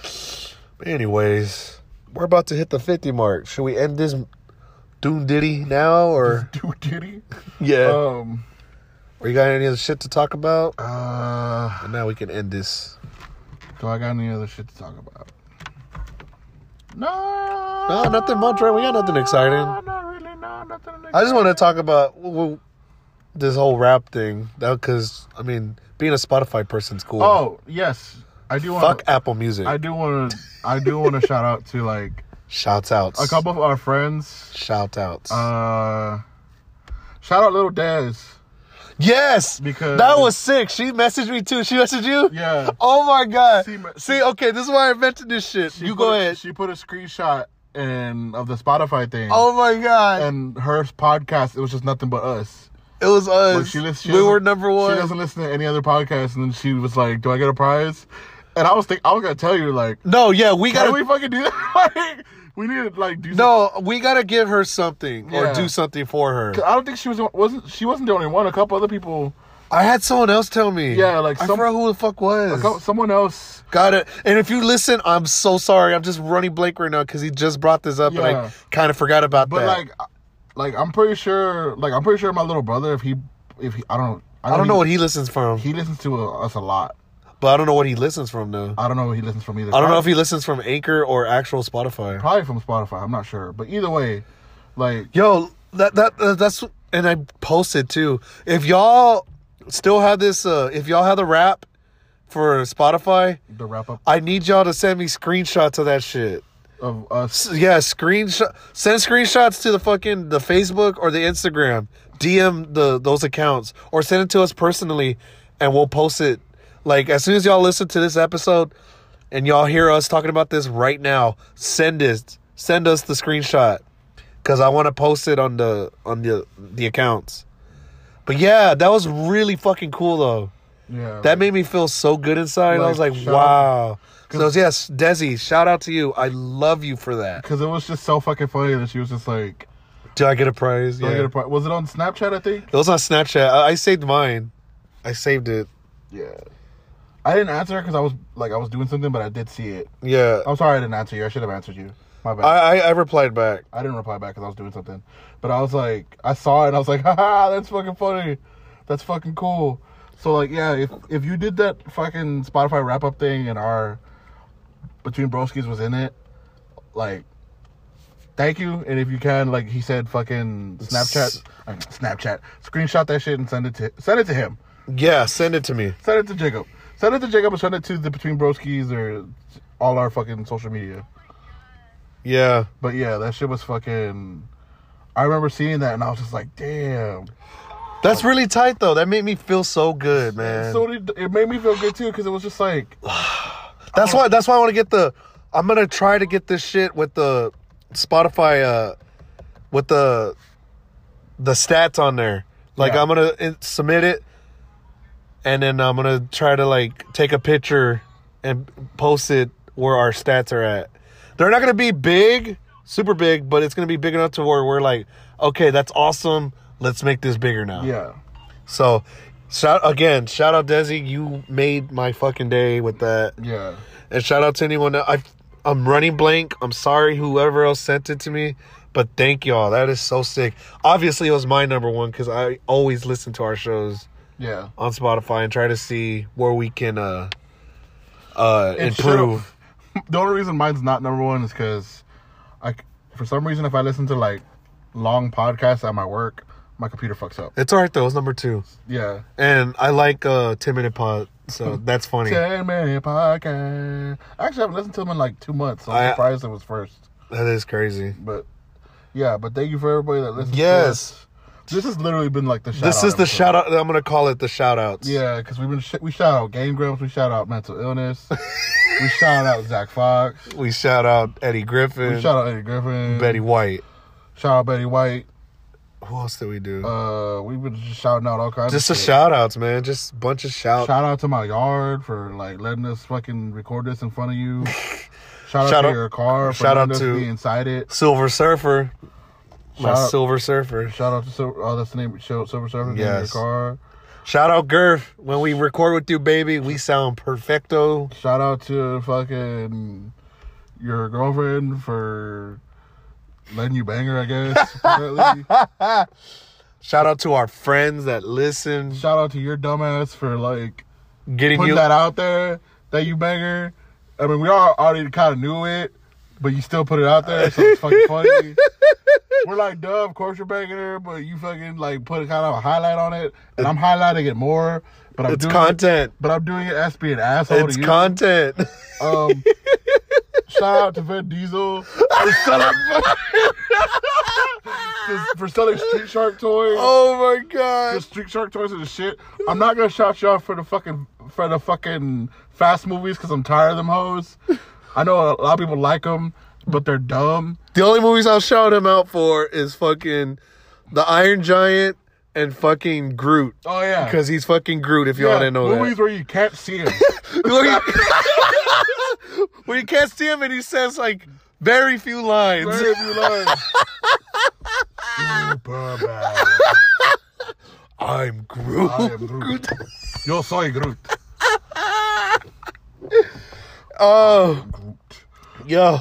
Speaker 1: ass.
Speaker 2: Anyways, we're about to hit the fifty mark. Should we end this doom ditty now, or
Speaker 1: Dude, titty.
Speaker 2: yeah?
Speaker 1: Um.
Speaker 2: or you got any other shit to talk about?
Speaker 1: Uh.
Speaker 2: And now we can end this.
Speaker 1: Do I got any other shit to talk about? No.
Speaker 2: No, nothing much, right? We got nothing exciting.
Speaker 1: Not really. No, nothing.
Speaker 2: I just want to talk about w- w- this whole rap thing, because I mean, being a Spotify person's cool.
Speaker 1: Oh yes, I do want.
Speaker 2: fuck Apple Music.
Speaker 1: I do want to. I do want to shout out to like
Speaker 2: Shouts out.
Speaker 1: a couple of our friends.
Speaker 2: Shout outs.
Speaker 1: Uh, shout out little Des.
Speaker 2: yes,
Speaker 1: because-
Speaker 2: that was sick. She messaged me too. She messaged you.
Speaker 1: Yeah.
Speaker 2: Oh my god.
Speaker 1: She me-
Speaker 2: See, okay, this is why I mentioned this shit.
Speaker 1: She
Speaker 2: you
Speaker 1: put
Speaker 2: go
Speaker 1: a-
Speaker 2: ahead.
Speaker 1: She put a screenshot in of the Spotify thing.
Speaker 2: oh my god,
Speaker 1: And her podcast, it was just nothing but us.
Speaker 2: it was us.
Speaker 1: Like, she lis- she
Speaker 2: we
Speaker 1: doesn't-
Speaker 2: were number one.
Speaker 1: She doesn't listen to any other podcast, and then she was like, "Do I get a prize?" And I was think I was gonna tell you like,
Speaker 2: no, yeah, we
Speaker 1: "How
Speaker 2: gotta.
Speaker 1: do we fucking do that?" like, we need to like do
Speaker 2: no, we gotta give her something or
Speaker 1: Yeah.
Speaker 2: do something for her.
Speaker 1: something. I don't think she was wasn't she wasn't the only one. A couple other people,
Speaker 2: I had someone else tell me.
Speaker 1: Yeah, like
Speaker 2: I
Speaker 1: some-
Speaker 2: forgot who the fuck was.
Speaker 1: a couple, someone else.
Speaker 2: Got it. And if you listen, I'm so sorry. I'm just running blank right now because he just brought this up and
Speaker 1: Yeah.
Speaker 2: I kind of forgot about
Speaker 1: But
Speaker 2: that.
Speaker 1: like, I- like I'm pretty sure, like I'm pretty sure my little brother, if he, if he, I don't,
Speaker 2: I don't know
Speaker 1: he-
Speaker 2: what he listens from,
Speaker 1: He listens to uh, us a lot.
Speaker 2: but I don't know what he listens from though.
Speaker 1: I don't know where he listens from either.
Speaker 2: I don't know if he listens from Anchor or actual Spotify.
Speaker 1: probably from Spotify. I'm not sure, but either way, like
Speaker 2: Yo, that that uh, that's and I posted too. If y'all still have this, uh, if y'all have the rap for Spotify,
Speaker 1: the wrap up
Speaker 2: I need y'all to send me screenshots of that shit.
Speaker 1: of us.
Speaker 2: S- Yeah, screenshot. Send screenshots to the fucking the Facebook or the Instagram. DM the those accounts or send it to us personally, and we'll post it. Like as soon as y'all listen to this episode, and y'all hear us talking about this right now, send us send us the screenshot because I want to post it on the on the the accounts. But yeah, that was really fucking cool though.
Speaker 1: Yeah.
Speaker 2: That made me feel so good inside. I was
Speaker 1: Like,
Speaker 2: like,
Speaker 1: shout-
Speaker 2: wow. So yes, Desi, shout out to you. I love you for that.
Speaker 1: Because it was just so fucking funny that she was just like,
Speaker 2: Do I get a prize?
Speaker 1: "Do I
Speaker 2: Yeah.
Speaker 1: get a pri-" Was it on Snapchat? I think.
Speaker 2: It was on Snapchat. I, I saved mine. I saved it.
Speaker 1: Yeah. I didn't answer because I was like I was doing something, but I did see it.
Speaker 2: Yeah.
Speaker 1: I'm sorry I didn't answer you. I should have answered you. My bad.
Speaker 2: I, I, I replied back.
Speaker 1: I didn't reply back because I was doing something. But I was like, I saw it and I was like, haha, that's fucking funny. That's fucking cool. So like, yeah, if if you did that fucking Spotify wrap up thing and our between broskies was in it, like, thank you. And if you can, like he said, fucking Snapchat, I mean, Snapchat, screenshot that shit and send it to send it to him.
Speaker 2: Yeah, send it to me.
Speaker 1: Send it to Jacob. Send it to Jacob and send it to the between broskies or all our fucking social media.
Speaker 2: Yeah.
Speaker 1: But yeah, that shit was fucking. I remember seeing that and I was just like, damn.
Speaker 2: That's really tight though. That made me feel so good, man.
Speaker 1: So did, it made me feel good too because it was just like,
Speaker 2: That's
Speaker 1: Oh.
Speaker 2: why. That's why I want to get the. I'm gonna try to get this shit with the Spotify, uh, with the the stats on there. Like
Speaker 1: Yeah.
Speaker 2: I'm gonna in- submit it, and then I'm gonna try to like take a picture and post it where our stats are at. They're not gonna be big, super big, but it's gonna be big enough to where we're like, okay, that's awesome. Let's make this bigger now.
Speaker 1: yeah.
Speaker 2: So, shout again, shout out Desi. You made my fucking day with that.
Speaker 1: Yeah.
Speaker 2: And shout out to anyone that I I'm running blank. I'm sorry whoever else sent it to me, but thank y'all. That is so sick. Obviously, it was my number one cuz I always listen to our shows
Speaker 1: Yeah.
Speaker 2: on Spotify and try to see where we can uh uh
Speaker 1: It
Speaker 2: improve.
Speaker 1: should've- The only reason mine's not number one is because I, c- for some reason, if I listen to like long podcasts at my work, my computer fucks up.
Speaker 2: It's all right though. It's number 2.
Speaker 1: Yeah.
Speaker 2: And I like uh 10 minute pod, so that's funny.
Speaker 1: 10 minute podcast. Actually, I haven't listened to them in like two months. So
Speaker 2: I-
Speaker 1: I'm surprised it was first.
Speaker 2: That is crazy.
Speaker 1: But yeah, but thank you for everybody that listens. To
Speaker 2: Yes.
Speaker 1: us. This has literally been like the shout
Speaker 2: This
Speaker 1: out
Speaker 2: is the
Speaker 1: episode.
Speaker 2: shout out. I'm going to call it the shout outs.
Speaker 1: Yeah, because we've been sh- we shout out Game Grumps, we shout out mental illness, we shout out Zach Fox,
Speaker 2: We shout out Eddie Griffin,
Speaker 1: we shout out Eddie Griffin,
Speaker 2: Betty White.
Speaker 1: shout out Betty White.
Speaker 2: Who else did we do?
Speaker 1: Uh, we've been just shouting out all kinds.
Speaker 2: just a
Speaker 1: of shit.
Speaker 2: shout outs, man. Just a bunch of shout
Speaker 1: Shout out to my yard for like letting us fucking record this in front of you. Shout, out
Speaker 2: Shout
Speaker 1: to
Speaker 2: out-
Speaker 1: your car. For
Speaker 2: shout out
Speaker 1: letting us
Speaker 2: to-
Speaker 1: be inside it.
Speaker 2: Silver Surfer. My
Speaker 1: Shout out-
Speaker 2: Silver Surfer.
Speaker 1: Shout out to Silver. Oh, that's the name. Show Silver Surfer. the name of
Speaker 2: Yes.
Speaker 1: Your car.
Speaker 2: Shout out Gerf. When we record with you, baby, we sound perfecto.
Speaker 1: Shout out to fucking your girlfriend for letting you bang her. I guess. apparently.
Speaker 2: Shout out to our friends that listen.
Speaker 1: shout out to your dumbass for like
Speaker 2: Getting
Speaker 1: putting
Speaker 2: you
Speaker 1: that out there that you banger. I mean, we all already kind of knew it, but you still put it out there, so it's fucking funny. We're like, duh, of course you're banging her, but you fucking like put a kind of a highlight on it, and I'm highlighting it more. But I'm
Speaker 2: it's
Speaker 1: doing
Speaker 2: content.
Speaker 1: It, but I'm doing it as being an asshole
Speaker 2: It's
Speaker 1: to you.
Speaker 2: content.
Speaker 1: um, shout out to Vin Diesel for selling for selling Street Shark toys
Speaker 2: oh my
Speaker 1: the
Speaker 2: god.
Speaker 1: Street Shark toys and the shit. I'm not gonna shout y'all for the fucking for the fucking fast movies because I'm tired of them hoes. I know a lot of people like them, but they're dumb.
Speaker 2: The only movies I'll shout him out for is fucking The Iron Giant and fucking Groot.
Speaker 1: Oh yeah,
Speaker 2: Because he's fucking Groot if y'all
Speaker 1: yeah,
Speaker 2: didn't know
Speaker 1: movies
Speaker 2: that.
Speaker 1: where you can't see them.
Speaker 2: Where you- where you can't see him and he says like very few lines.
Speaker 1: Very few lines. Superman,
Speaker 2: I'm Groot.
Speaker 1: I am Groot. Yo soy Groot.
Speaker 2: Oh,
Speaker 1: Groot.
Speaker 2: yo.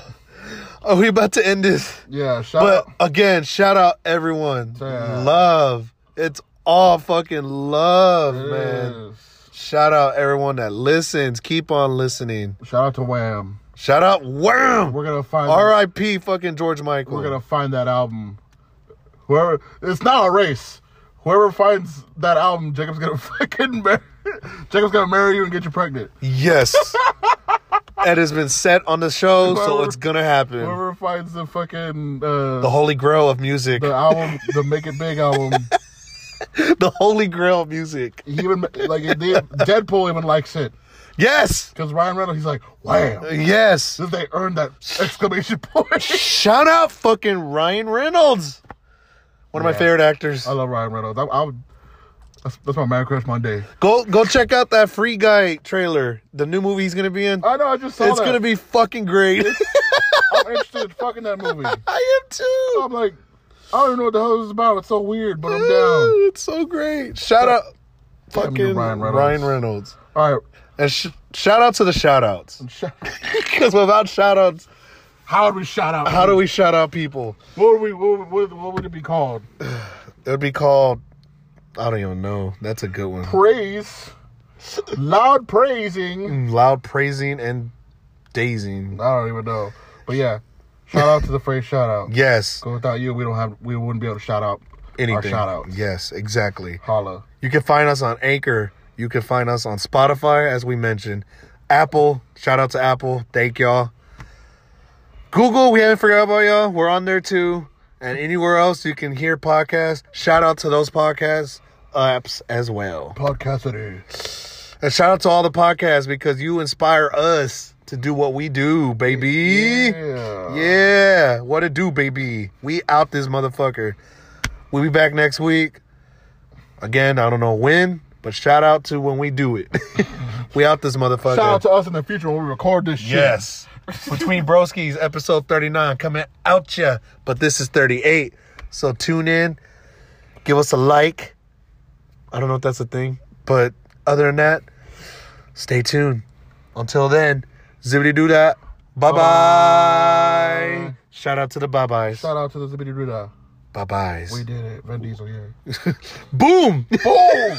Speaker 2: Are we about to end this?
Speaker 1: Yeah, shout
Speaker 2: But
Speaker 1: out.
Speaker 2: again, shout out everyone.
Speaker 1: Yeah.
Speaker 2: Love. It's all fucking love, man.
Speaker 1: Yes.
Speaker 2: Shout out everyone that listens. Keep on listening.
Speaker 1: Shout out to Wham.
Speaker 2: Shout out Wham.
Speaker 1: We're gonna find.
Speaker 2: R.I.P. fucking George Michael.
Speaker 1: We're gonna find that album. Whoever it's not a race. Whoever finds that album, Jacob's gonna fucking marry. Jacob's gonna marry you and get you pregnant.
Speaker 2: Yes. that has been set on the show, so
Speaker 1: Whoever-
Speaker 2: it's gonna happen.
Speaker 1: Whoever finds the fucking
Speaker 2: the
Speaker 1: uh,
Speaker 2: holy grail of music.
Speaker 1: the album, the Make It Big album,
Speaker 2: the holy grail of music.
Speaker 1: he even like they, Deadpool even likes it.
Speaker 2: Yes.
Speaker 1: Because Ryan Reynolds, he's like, wham.
Speaker 2: Yes.
Speaker 1: Did they earn that exclamation point?
Speaker 2: Shout out fucking Ryan Reynolds. One of my
Speaker 1: Yeah.
Speaker 2: favorite actors.
Speaker 1: I love Ryan Reynolds. I, I would. That's, that's my man crush Monday.
Speaker 2: Go go check out that Free Guy trailer. The new movie he's gonna be in.
Speaker 1: I know. I just saw
Speaker 2: It's
Speaker 1: that.
Speaker 2: gonna be fucking great.
Speaker 1: I'm interested. in fucking that movie.
Speaker 2: I am too.
Speaker 1: I'm like, I don't even know what the hell this is about. It's so weird, but Oh, I'm down.
Speaker 2: It's so great. Shout out
Speaker 1: Damn you,
Speaker 2: fucking
Speaker 1: Ryan
Speaker 2: Ryan
Speaker 1: Reynolds.
Speaker 2: Reynolds.
Speaker 1: All right.
Speaker 2: And sh- shout out to the shout outs.
Speaker 1: sh-
Speaker 2: Because without shout outs,
Speaker 1: How do we shout out?
Speaker 2: how do we shout out people?
Speaker 1: What would we? What would, what, what would it be called?
Speaker 2: It would be called, I don't even know. That's a good one.
Speaker 1: Praise. Loud praising.
Speaker 2: Loud praising and dazing.
Speaker 1: I don't even know. But yeah, shout out to the phrase shout out.
Speaker 2: Yes.
Speaker 1: 'Cause without you, we don't have. We wouldn't be able to shout out our
Speaker 2: Anything.
Speaker 1: shout outs.
Speaker 2: Yes, exactly.
Speaker 1: Holla.
Speaker 2: You can find us on Anchor. You can find us on Spotify, as we mentioned. Apple, shout out to Apple. Thank y'all. Google, we haven't forgot about y'all. We're on there too. And anywhere else you can hear podcasts, shout out to those podcast apps as well.
Speaker 1: Podcastity.
Speaker 2: And shout out to all the podcasts because you inspire us to do what we do, baby.
Speaker 1: Yeah.
Speaker 2: Yeah, what it do, baby? We out this motherfucker. We'll be back next week. Again, I don't know when, but shout out to when we do it. we out this motherfucker.
Speaker 1: Shout out to us in the future when we record this shit.
Speaker 2: yes. Between Broskies, episode 39 coming out ya. But this is 38. So tune in. Give us a like. I don't know if that's a thing, but other than that, stay tuned. Until then, zibbity do that. Bye bye. Shout out to the bye byes.
Speaker 1: Shout out to the Zibidi Ruda.
Speaker 2: Bye
Speaker 1: We
Speaker 2: byes.
Speaker 1: did it. Vin Diesel, yeah.
Speaker 2: Boom.
Speaker 1: Boom!